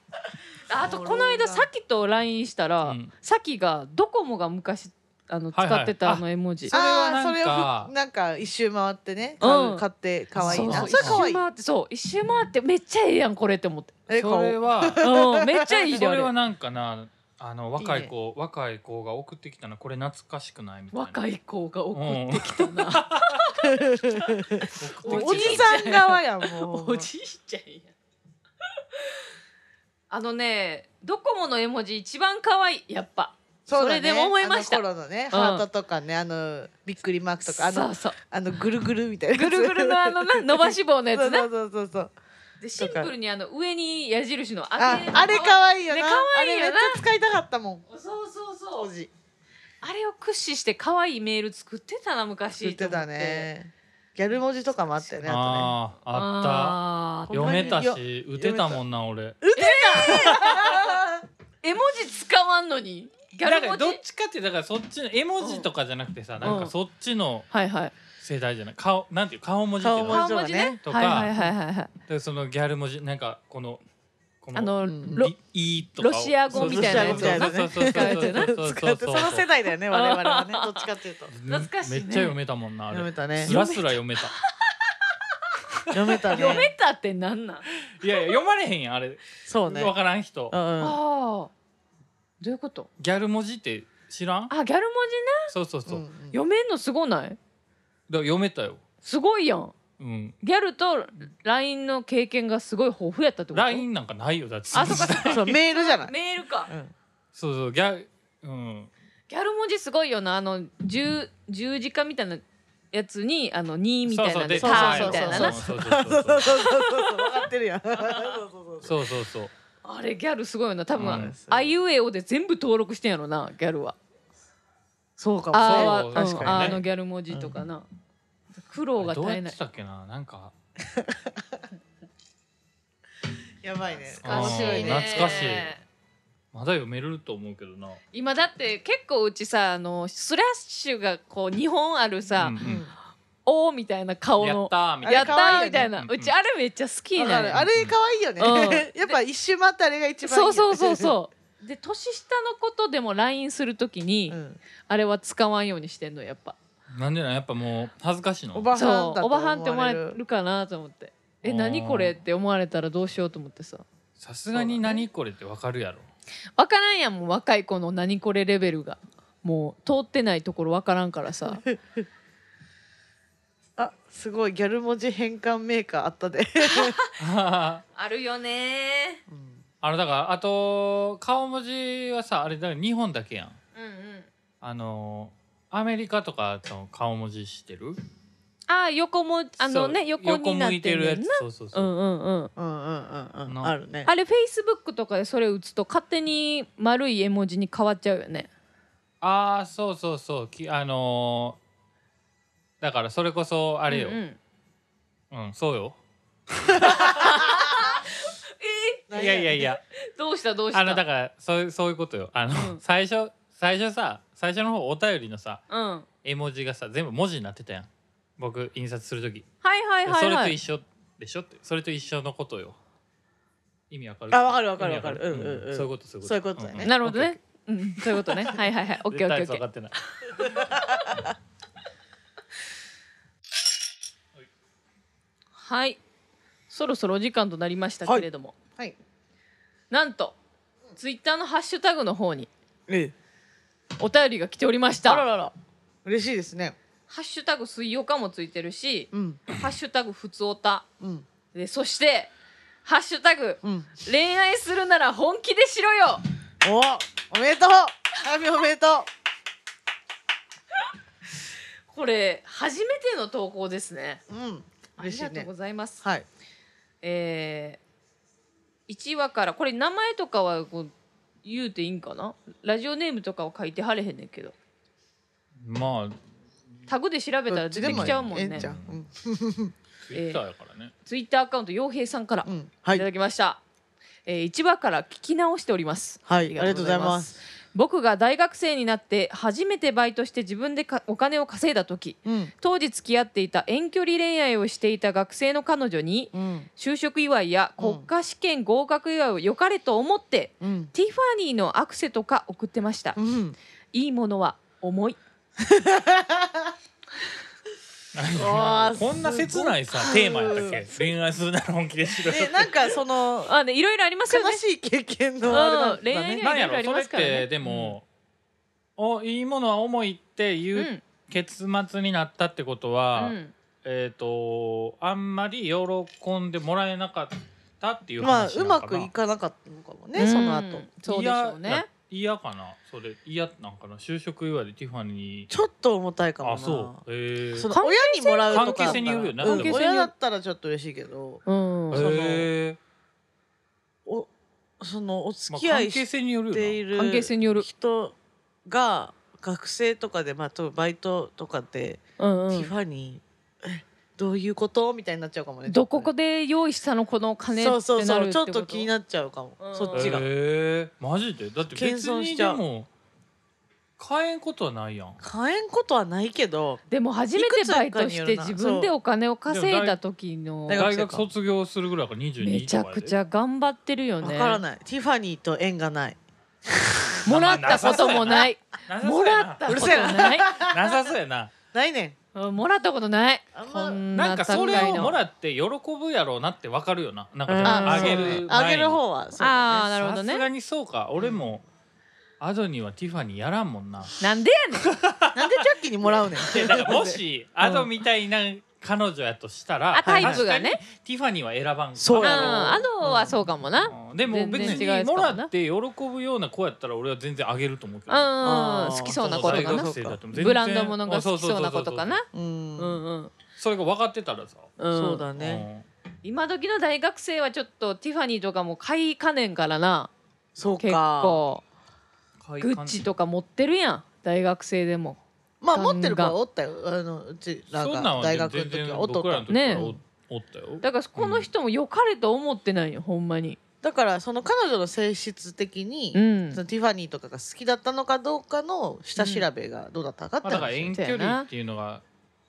あとこの間さきと LINE した
う
ら
ん
さき、がドコモが昔あの
は
使
いはい
ってたあの絵文字、
それは
あーそれを
なんか
ふなんか一周回ってね
うん
買う買って可愛い
そ
なそうれ
そう
可
一周
愛い
回ってそう一周回ってめっちゃええやんこれって思って、
え
それ
可
は
うん、 めっちゃいいで
そ
あ
れ
れ
はなんかなあの若い子若い子が送ってきたのこれ懐かしくないみたいな
若
い
い子が送
うん
ってきたな、
送ってきた
おじさん側やんもう
おじいちゃんやあのねドコモの絵文字一番可愛いやっぱ
そうだね
それでも思いました
あの頃のね、
うん
ハートとかねあのびっくりマークとかあ
そ
の
うそう
あのぐるぐるみたいな
ぐるぐるのあの な伸ばし棒のやつな
そうそうそうそう
でシンプルにあの上に矢印の
ああれ可愛いよ
ね
な、
可
あ
愛い
れめ
よ
っち
な
ゃ使いたかったもん
そうそうそ
当
う
時
あれを駆使して可愛いメール作ってたな昔
言ってたねギャル文字とかもあってねあ
あー
と思って
あ
あ
った
ー
よ
読めた
よ
し打てたもんな俺
絵文字使わんのにギャ
だ
ル
から
文
どっ
字
ちかってだからそっちの絵文字とかじゃなくてさなん
う
か
ん
そっちの
はいはい
世代じゃない顔なんていう顔文字っていう
顔
顔
文
の
字
文字ね
とか
はいはいはいはいはい
でそのギャル文字なんかこのこ
あの
うん
ロ
リイとかを
ロシア語みたいなやつ
をな
そうそうそう
使うやつ
そ
な
う
ね
そう
使
そう
ってその世代だよね我々はねどっちかっていうと
懐かしいね
めっちゃ読めたもんなあ
読め
れ
たね
スラスラ読めた
読めた
読め
ね
たってなんなん、
いやいや読まれへんやんあれ
そうね
分からん人
うんうん
ああどういうこと
ギャル文字って知らん
あギャル文字ね
そうそうそううんだか
うん
読めんのすごない
ら読めたよ
すごいやん
うん
ギャルと LINE の経験がすごい豊富やったってこと
LINE なんかないよだって
あそうかそうか
そうメールじゃない
メールか
うん
そうそうギャうん
ギャル文字すごいよなあの十十字架みたいなやつにあの二みたいなんで
そう
タ
そ
ー
う
みたいなな
そうそう
そう
そ
そううそうそう分かってるやんそうそうそう
そうそうそう
あれギャルすごいよな多
う
分
ん
あいうえおで全部登録してんやろなギャルは
そうかもしれない
あーは
そう確かにね
うんあのギャル文字とかな苦労が
どう
絶
や
え
っ
ない
てたっけななんか
やばいね
懐かしいね
あー懐かしいまだ読めると思うけどな
今だって結構うちさあのスラッシュがこう2本あるさ
うん
うん
うん
「おー」みたいな顔
やっ
の
たーみ
「
たい
や
や
っ
っ
な
た
たー
ー」みたいな
あれ可愛いよね
うちあれめっちゃ好き
わ
な
か
ん
る
や
あれ可愛いよね、
う
やっぱ一周回ってあれが一番いい
そ
よ
うそうそうそうで年下のことでも LINE するときに、
うん
あれは使わんようにしてんのやっぱ
なんでなんやっぱもう恥ずかしいの
おばはん
そう
だ
お
と
ばはんって思
思
わ
われ
れ
る
るかなと思ってえ
あー
何これって思われたらどうしようと思ってさ
さすがに何これってわかるやろ
わからんやんもう若い子の何これレベルがもう通ってないところわからんからさ
あすごいギャル文字変換メーカーあったで、
あ
あるよね
のだからあと顔文字はさあれだから日本だけやん
うんうん
あのアメリカとかの顔文字してる
あー横もあのね
そう
横になっ
横向い
て
て
る
る
や
や
つ
つそうそう
う
そう、
んうんうん
うんうんうんうん
の
あるね
あれフェイスブックとかでそれ打つと勝手に丸い絵文字に変わっちゃうよね
ああそうそうそうきあのーだからそれこそあ
あ
れよ、う
うんんうん
そうよい
何
やいやいや
どうしたどうした
あのだからそういうそういうことよあの、
うん
最初最初さ最初の方お便りのさ
うんは
絵文字がさ全部文字になってたやん僕印刷する時、
いはいはい
それ
は
と
い
一緒でしょってそれと一緒のことよ意味わかる
あわかるわかるわかる
意味
うんうんうん
そういうことそういうこと
そういうことだね
なるほどねうんそういうことねはいはいはいオッケーオッケーオッケ
分か
ー
ってない。
はいそろそろお時間となりましたけれども
はい
なんとツイッターのハッシュタグの方に
ええ
お便りが来ておりまし
あら
た
らら嬉しいですね
ハッシュタグ水曜かもついてるし
うん
ハッシュタグふつおた
うん
でそしてハッシュタグ
うん
恋愛するなら本気でしろよ
おおめでとうあみおめでとう
これ初めての投稿ですね
うん
あり
嬉し
が
い
とう
ね
ございます
はい
えー、1話からこれ名前とかはこう言うていいんかなラジオネームとかは書いてはれへんねんけど
まあ
タグで調べたら出てきちゃうもん
どっちでええ
ね
んちゃううん
ツイッターやからね。
ツイッターアカウント陽平さんから
う
い
んは
た
い
だきました、えー、1話から聞き直しております
はいありがとうござい
ありがとうございま
ますす
僕が大学生になって初めてバイトして自分でかお金を稼いだ時
うん
当時付き合っていた遠距離恋愛をしていた学生の彼女に
うん
就職祝いや国家試験合格祝いを良かれと思って、
うん
ティファニーのアクセとか送ってました、
うん
いいものは重い
わあ
こんな切ないさ
すごい
テーマやったっけ恋愛するなら本気でしろよ
ねなんかその
あねいろいろありますよ
悲
ね
しい経験のあれなんだ
うん恋愛
ね
ね
なんや
いろいろあ
ろ
り
そ
ま
れっ
すからね
てでも、おいいものは重いって
う
いうん結末になったってことは、
うん
えっ、とあんまり喜んでもらえなかったっていう
まあ
話な
う
のかな
まくいかなかったのかもね、
うん
その後
そうでしょうね
嫌や嫌かなそれ嫌なんかな就職祝いでティファニー
ちょっと重たいかもな
あそうへえ
その
関係
親にもらうとかだったら
関係性によるよね
うん
関係性による
親だったらちょっと嬉しいけど
うん
その
へえ
おそのお
ま
付
あ
き合
関
い
係
し
性によるよな
ている
関係性による
人が学生とかで、まあ、とバイトとかで、
うんう
ティ
ん
ファニーえどういうことみたいになっちゃうかもね
どこで用意したのこの金ってなる
そう
ってこ
そう
と
そうちょっと気になっちゃうかも、
うん
そっ
え
ちが、
えマジでだって別
謙遜
に
し
で
ちゃう
も買えんことはないやん
買えんことはないけど
でも初め
いく
て
つ
バイト
かに
し
よ
て
るな
自分でお金を稼いだ時の
大学
大
生か
学卒業するぐらいから22
めち
と
ゃ
かやで
くちゃ頑張ってるよ
わ
ね
からない、ティファニーと縁がない
もらったこともない
なさそ
も
うや
ら
な
ったことない
なさそう やな
ないね
うんもらったことない
あんま
こん
な
なん
かそれをも
っ
らって喜ぶやろうなってわかるよななん
ん
かあ
ー
げ
そうね
る
あげる
前に
方はそう
ああ
だね
なるほど
さす
ね
がにそうか俺もアドニーはティファニーやらんもん な
なんでやねん
なんでジャッキーにもらうねん
でだからもしアドみたいな彼女やとしたら
あタイプがね
確かにティファニーは選ばんから
そう
うん
やろ
あのはそうかもな
うんでも別
全然違
に
うやつか
も
もな
らって喜ぶような子やったら俺は全然あげると思うけど
うん
ー
好きそうな子とか
大
な
学生だっても全然
ブランド物が好きそうな子とかな
あ
うん、
うんうん
そうそうそうそうそれが分かってたらさ
うん
そうだね、
今時の大学生はちょっとティファニーとかも買いかねんからな
そう
結
か
構
うん
グッチとか持ってるやん大学生でも
まあ持ってる子はおったよあのうちら
そんなん
が
は
大学の
全然
時はおっとっ
僕ら
た
の時からお
ね
おったよ
だからこの人も良かれと思ってないよほんまに
だからその彼女の性質的に、
うん
そのティファニーとかが好きだったのかどうかの下調べがどうだったかって
まあだから
話、
遠距離っていうのが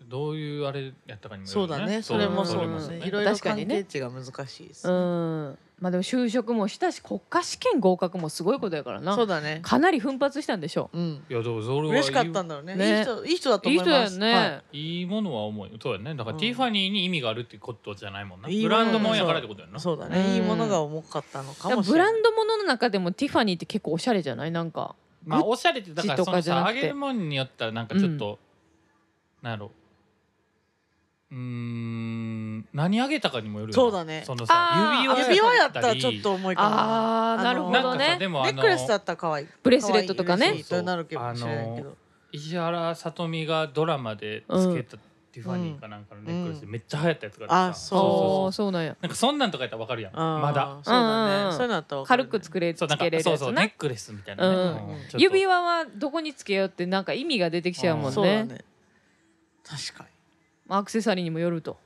どういうあれやったかにもよ
そう
るよ
だねそれもそうだ
うん
ねい
いろ
ろいろ
確か
関
にね
係値が難しいです、
うんまあでも就職もしたし国家試験合格もすごいことやから
そう
な
だね
かなり奮発したんでしょ
うん
いやでもそれはいい
嬉しかったんだろうね
ね
いい人いい人だと
いい
思い
人
ま
や
す
んね
いいものは重いそうやねだから
うん
ティファニーに意味があるってことじゃないもんな、
いい
ブ
もの
ランドもんやからってことやん
は、
ない
そうだ
うん
ねいいものが重かったのか
だから
もし
ブ
れな
ラ
い
ンド物の中でもティファニーって結構おしゃれじゃないなんか
まあおしゃれってだから
グッチ
そ
と
の
かじゃな
さ
く
あ
て
げるもんによったらなんかちょっと、なんやろうーん何あげたかにもよるよな
そうだね
そのさ
あー
指輪
ド
指輪や
やっ
った
た
ら
り
ちょっと重いかな
あーなるほ
なん
ど
かさ
ね
でもあ
ネ
の
ックレスだったら可愛い
ブレスレットとかね
可愛い嬉しいとなるけどもしれないけ
あ
ど
石原さとみがドラマでつけたティファニーかなんかのネックレスでめっちゃ流行ったやつがあってさ
うんあそう
お
そ
ーそ
う
うなんや
なんかそんなんとかやったらわかるやん
あー
まだ
そうだね、
うんうんうん
そういうのあったらわかる
軽
ね
く作れつ
そうなんか
けれる
そう
や
そ
つ
うネ
な
ックレスみたいなね、
うん
うん
ちょっと
指輪はどこにつけようってなんか意味が出てきちゃうもん
そうだ
ね
ね確かに
まあアクセサリーにもよると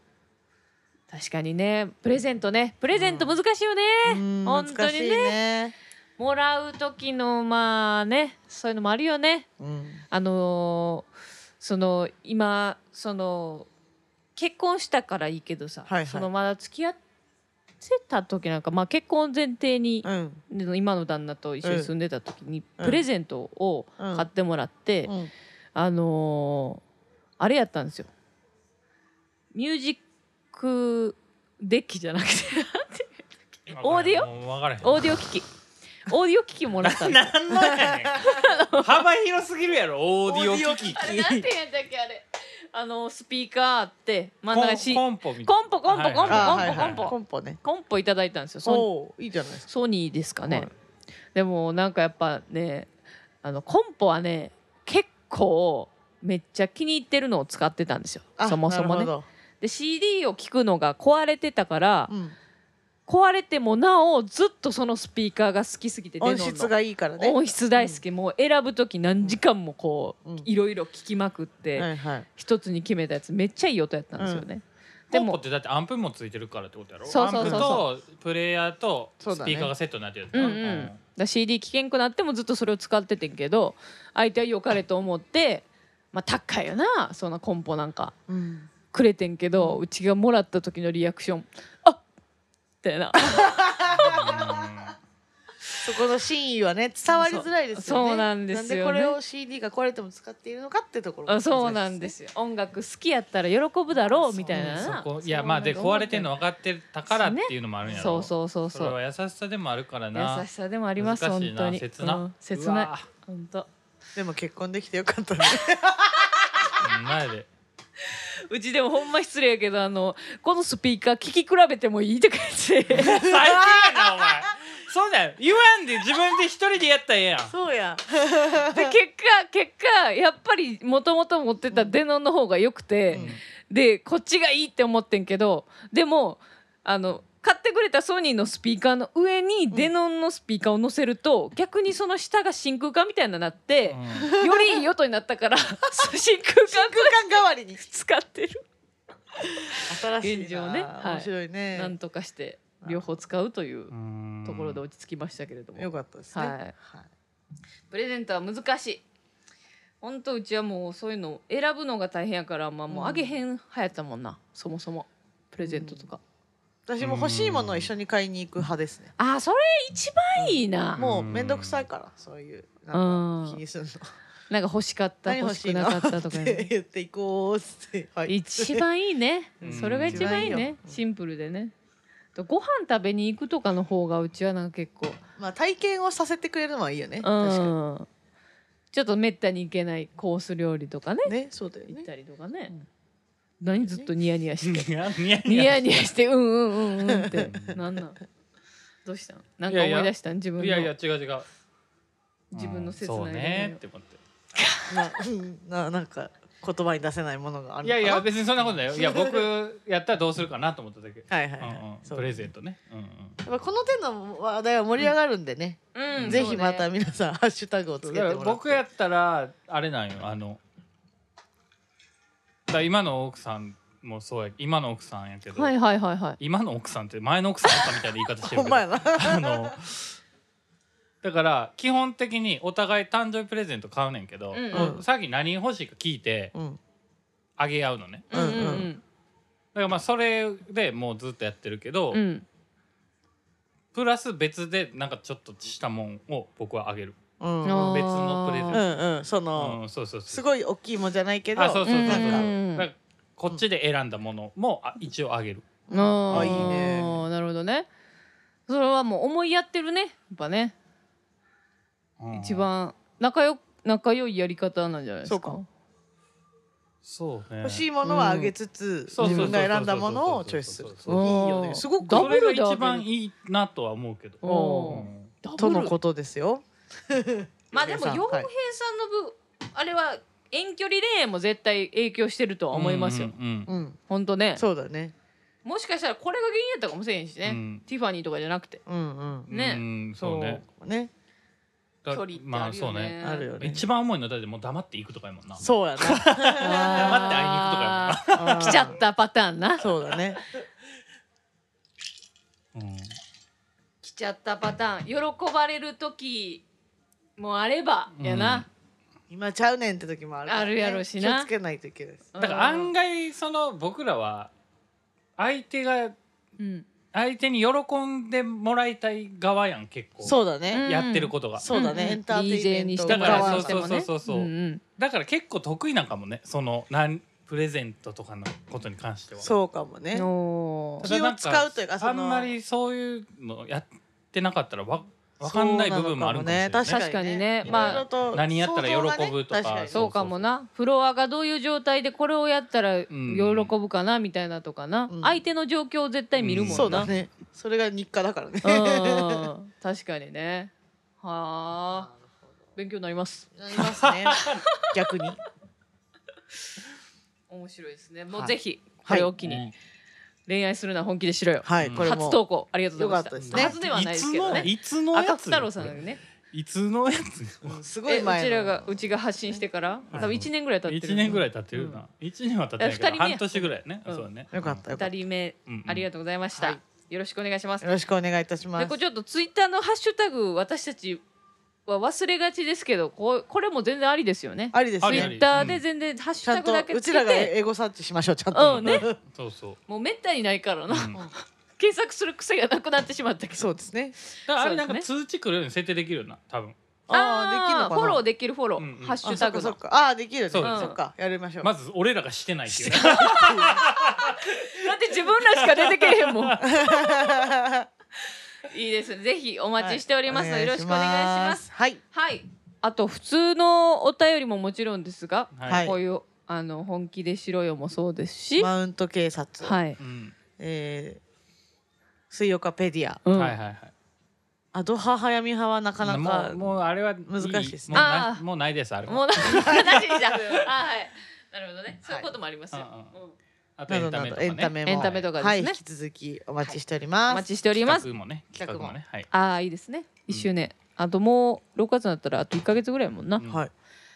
確かにねプレゼントねプレゼント難しいよね、
うん
本当にね
難しいね
もらう時のまあねそういうのもあるよね
うん
あのーその今その結婚したからいいけどさ、
はいはい
そのまだ付き合ってた時なんか、まあ、結婚前提に、
うん
今の旦那と一緒に住んでた時に
うん
プレゼントを買ってもらって、
うん
あのーあれやったんですよミュージックデッキじゃなくて オーディオ
オ分からへん
オーディオ機器オーディオ機器もらったんですよ
なんなんやねん幅広すぎるやろオーディオ機器
あれなんて言うんだっけあれあのスピーカーあって真ん
コ
中
ン
にし
コンポみたい
コンポコンポコンポコンポ
あはい
コ
はい
ンポ
コンポね
コンポいただいたんですよソ
おーいいじゃないですか
ソニーですか
は
ね
い
でもなんかやっぱねあのコンポはね結構めっちゃ気に入ってるのを使ってたんですよ
あ
そもそも
なる
ね
ほど
で CD を聴くのが壊れてたから
うん
壊れてもなおずっとそのスピーカーが好きすぎて
音
デノンの
質がいいからね
音質大好きもう選ぶ時何時間もこう
うん
いろいろ聴きまくって、
はいはい
一つに決めたやつめっちゃいい音やったんですよね、で
コンポ
も
ってだってアンプもついてるからってことやろ
そうそうそうそう
アンプとプレイヤーとス
そ
ピ
うだね
ーカーがセットになってるやつ
う
だ
んうん、だ CD 聴けんくなってもずっとそれを使っててんけど相手は良かれと思ってまあ高いよなそんなコンポなんか
うん
くれてんけど、うちがもらった時のリアクション「あっ!」み たいな
そこの真意はね伝わりづらいですよね
そうなんですよね
なんでこれを CD が壊れても使っているのかってところ
あそうなんですよ音楽好きやったら喜ぶだろうみたいな
そ
な
こいやまあで壊れてんの分かってたからっていうのもあるんやろ
そうそうそう
そ
そ
れ
う
は優しさでもあるからな
優しさでもあります
難
本
しいな
当に
切な、
うん切ないう
わ
本当
でも結婚できてよかったね
うん 前で
うちでもほんま失礼やけどあのこのスピーカー聞き比べてもいいとか言って
最低やなお前そうだよ言わんで自分で一人でやったらええやん
そうや
で結果結果やっぱりもともと持ってたデノンの方が良くて、でこっちがいいって思ってんけどでもあの買ってくれたソニーのスピーカーの上にデノンのスピーカーを乗せると、逆にその下が真空管みたいになって、よりいい音になったからそう真空管
真空管代わりに
使ってる、
新しいな
現状ねはい
面白いね、
なんとかして両方使うという
うん
ところで落ち着きましたけれども、
よかったですね、
はいプレゼントは難しいほんとうちはもうそういうの選ぶのが大変やからまあもう
うん
あげへんはやったもんなそもそもプレゼントとか、
私も欲しいものを一緒に買いに行く派ですね
あーそれ一番いいな、
もう面倒くさいからそういうなん
う
か
ん
気にするの
なんか欲しかった
何
欲
欲
し
しい
く
の
なかったとか
っ
ね
て言っていこうっつって、 はい、
一番いいね
うん
それが一番いい
一番いい
ね
よ
シンプルでねとご飯食べに行くとかの方がうちはなんか結構
まあ体験をさせてくれるのはいいよね、確か
うんちょっとめったに行けないコース料理とかね
にねそうだよ
行っ
ね
たりとかね
うん
何ずっとニヤニヤして
いやいや
ニ
いや
ヤニヤ してうんうんうんうんってなんなんどうしたんなんか
いや
思い
いや
出したん自分の
いやいや違う違う
自分の切な
うんそ
いう思い
ねって思って
なうんななんか言葉に出せないものがある
い
のか
や
ない
や別にそんなことな いよいや僕やったらどうするかなと思っただけ
はいはい、
う
はい
んうん
そう
プレゼントねうんうん
やっぱこの手の話題は盛り上がるんでね、
うん
ぜひまた
そうね
皆さん、ハッシュタグをつけて
だ
も
から
って
ら僕やったらあれなんよあのだから今の奥さんもそうや今の奥さんやけど、
はいはいはいはい
今の奥さんって前の奥さんだったみたいな言い方して
ほ
る
ん
け
ま
ど
やな
あのだから基本的にお互い誕生日プレゼント買うねんけど、
うん
うん
さっき何欲しいか聞いて
うん
あげ合うのね
うんうん
だからまあそれでもうずっとやってるけど、
うんうん
プラス別でなんかちょっとしたもんを僕はあげる、
うん
あー
別のプレゼン
う
ト
んうんその、
うん、そうそうそう
すごい大きいもんじゃないけど
あそうそうそうそう、
なんか
うん
だからこっちで選んだものもあ一応あげる
あ
あ
ー
いいね
なるほどねそれはもう思いやってるねやっぱね一番仲良仲良いやり方なんじゃないですか
そう
そうね
欲しいものはあげつつ、
そ
自
うそうそうそう
分が選んだものをチョイスする。いい
そ
そう
うそう
よね。すごく
ダ
そ
ブル
れ
で
が
あげる
一番いいなとは思うけど、
おー
うん
ダブル
とのことです よ。
まあでも洋平
洋平さん
さんの分、あれは遠距離恋愛も絶対影響してるとは思いますよ、
うんうん
うん、
ほんとね
そうだね。
もしかしたらこれが原因やったかもしれんしね、
うん
ティファニーとかじゃな くて
うんうん。
うん
ね
うんそうね
ね、
距
だ
離って
ま
あ
あ
る
そ
よ
う
ね,、
ね
あるよね。
一番重いのはだってもう黙っていくとかやもんな
そうや
黙
って会いに行くとかやもんな
な。
来ちゃっ。たパターンな
そうだね。
うん
来ちゃったパターン喜ばれる時もあればやな、
今ちゃうねんって時もあるからね。
あるやろしな
気をつけないといけないです。
だから案外その僕らは相手が
うん
相手に喜んでもらいたい側やん結構
そうだね。
やってることが、
そうだね。
ん
エンターテイ
DJ
ンメ
に
ン
し
ト
てもら
だから
にしてもね
そうそうそうそう
うんうん
だから結構得意なんかもねそのなんプレゼントとかのことに関しては
そうかもね。
おー
ただなん
気を使うというかその
あんまりそういうのやってなかったらわわかんない部分もあるかもしれな
そ
い、
うなのかも
確かにねまあ
いろいろと
何やったら喜ぶと
想像が
か
ね確に
そうかもなフロアがどういう状態でこれをやったら喜ぶかなみたいなとかな、
うん
相手の状況を絶対見るもんな、
そうだね。それが日課だからね。
うん確かにねはあ勉強になります
なりますね。逆に。
面白いですね
も
も
う
うぜ
ぜ
ひこ
こ
れ
れ
を
を
機に、恋愛するのは本気でしろよ、
は
う
い、
ん
これも。
初投稿ありがとうございました
よかったで
初
すね
ではないですけどね
いつのいつの
赤
や
福
つ
太郎さんがね
いつのやつ
うんすご
え
いう前の。
ちらがうちが発信してから
うん
多分1年ぐらい経ってる
一年ぐら
い
い経ってるな、一年は経ってないけど
いや二人目
半年ぐらいね、
うん
そうだね
よかったよか
2
っ
人目
うんうん
ありがとうございました、
はい
よろしくお願いします
た。よろしくお願いいたします
でこれ。ちょっとツイッターのハッシュタグ私たちは忘れがちですけどこうこれも全然ありですよね。
ありです
あ
ツイ
り
ね。
ッターで全然ハッシ
ち
ュ
ゃ
タ
ん
グ
と
だけ
う
つ
ち
け
らが
て
エゴサーチしましょう。ちゃん
う
と。
んね
そうそう、
もうめったにないからな、
うんだか
検索する癖がなくなってしまったけど
そうですね。
らあれ
そ
なん
う
か
です
通知来るように設定できるよな多分
ああ、できるの
ー
かな。
フォローできるフォロー、
うんうん
ハッシュタグ
あそっ
の
かそっかあー、できるね。
そ
そう
です
っか、やりましょう。
まず俺らがしてないっていうね
だって自分らしか出てけえへんもんいいですねぜひお待ちしておりますので、よろしくお願いします。
はい。
はいあと普通のお便りももちろんですが、
はい
こういうあの本気でしろよもそうですし、
マウント警察。
はい、
うん
えー水曜カペディア。
うん
はいはいはい
アド派早見派はなかなか
もうもうあれはいい
難しいですね
もうな
あー
もうないですあれは
もうななしじゃん。あはい。なるほどね。そういうこともありますよ。
うん
うん
あと
な
エ
ど
ンタ
な
メと
ど
かね
エンタメも
エンタメとかですね
はい、引き続きお待ちしており
お
ます、
待ちしております
企画もね企画もね はい
ああいいですね一周年、あともう6月になったらあと1か月ぐらいやもんな、
うん
はい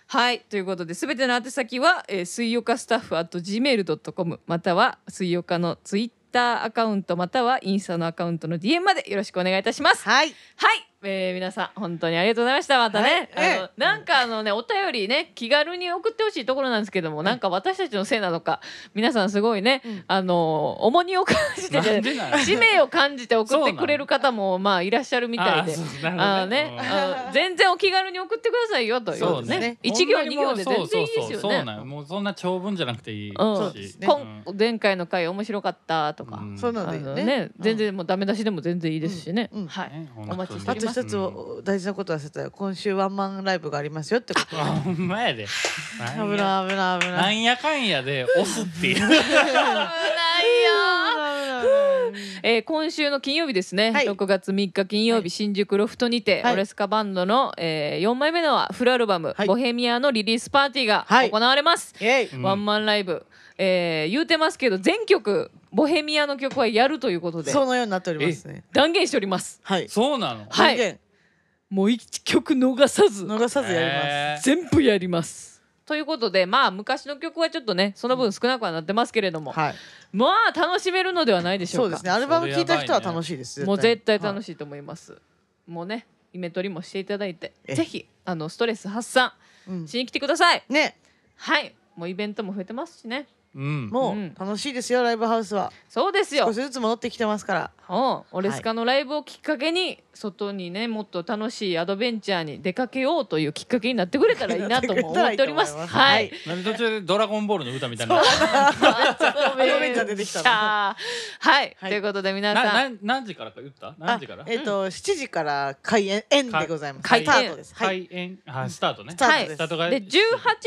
はいということで全ての宛先は、えー、水曜日スタッフ at gmail.com または水曜日のツイッターアカウントまたはインスタのアカウントの DM までよろしくお願いいたします
はい
はい、えー、皆さん本当にありがとうございましたまたね、
はい
あの
え
なんかあのねお便りね気軽に送ってほしいところなんですけども、なんか私たちのせいなのか皆さんすごいね、
うん
あの重荷を感じて
なん
て
でなんや
使 命を感じて送ってくれる方もまあいらっしゃるみたいで
あ。ーそうな
あの
るほど
ね、
うん
あの全然お気軽に送ってくださいよとい
そうう
ね
ね
一行
ほんま
二
に
行
もう
で全然いいです
そうそうそう
よ
そう
ね。
なんよもうそんな長文じゃなくていいし、
うん
そうですね
こん前回の回面白かったとか、
ん
そうな
あ
のよ
の
ね
ね全然もうダメ出しでも全然いいですしね。
うんうん
はい、
ね
お待ちしてお
あ
り
と
ます
一つお大事なこと忘れてたよ今週ワンマンライブがありますよってこと
あほんまやで
危
なんや
ない危ない危
な
ない
んやかんやで押すっていう
危ないよーえー今週の金曜日ですね、
はい
6月3日金曜日、
はい
新宿ロフトにて、
はい
オレスカバンドの、え4枚目のフルアルバム「
はい
ボヘミア」のリリースパーティーが
はい
行われます、
イエイ
うん
ワンマンライブ、えー言うてますけど全曲「ボヘミア」の曲はやるということで
そのようになっておりますね
断言しております
はい
そうなの
はい
宣
もう一曲逃さず
言逃さずやります、
えー
全部やりますということでまあ昔の曲はちょっとねその分少なくはなってますけれども、
はい
まあ楽しめるのではないでしょ
そう
う
で
か
すねアルバム聴いた人は楽しいです
もう絶対
は
楽
い
しいと思います、もうねイメトリもしていただいて
ええ
ぜひあのストレス発散
うん
しに来てください
ね
はいもうイベントも増えてますしね
うん
も
うん
う楽しいですよライブハウスは
そうですよ
少しずつ戻ってきてますから
うんオレスカのライブをきっかけに外にねもっと楽しいアドベンチャーに出かけようというきっかけになってくれたらいいなとも思っております
なってくれた
は
らい
い
いと
なんで途中でドラゴンボールの歌みたいな
ア
ドベンチャー出てきたな
はい、
はい
ということで皆
な
さん
なん何時からか言った何時から
あえっ、と7時から開演演でございます
開演
スタートですはい
開演あスタートね
スタート
はい
で
ス
す
タートが
で18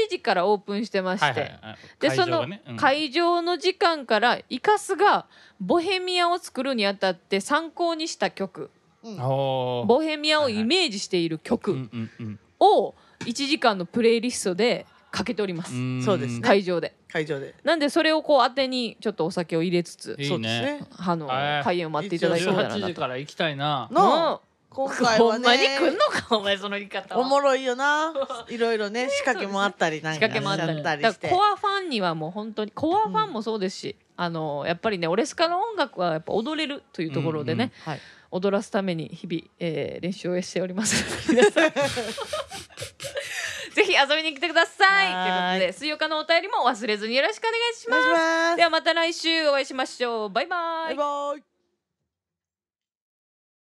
時からオープンしてまして、
はいはいはい
で
会
そ
場
の
がねうん
会場の時間からイカスが「ボヘミア」を作るにあたって参考にした曲
う
「
ん
おー
ボヘミア」をイメージしている曲
うんうん
を1時間のプレイリストでかけております、
うんん
そうですね
会場で。
会場で
なんでそれをこう当てにちょっとお酒を入れつつ
いいね
そうです ね
あの
はい
開演を待っていただけたらな
18時
と。
から行きたいな
の
うん
今回
ほ
は
んまに
ね
来んのかお前その言い方は
おもろい よないろいろね仕掛けもあったりなん
仕
か
掛けもあったり
しちゃ
だ
し
か
て
らコアファンにはもう本当にコアファンもそうですし、あのやっぱりねオレスカの音楽はやっぱ踊れるというところでね、
うんうん
はい
踊らすために日々、えー練習をしております皆さんぜひ遊びに来てくださ
はいい
ということで水曜日のお便りも忘れずによろしくお願いし
お
ます
願いします
ではまた来週お会いしましょうバイバイ
バイバイ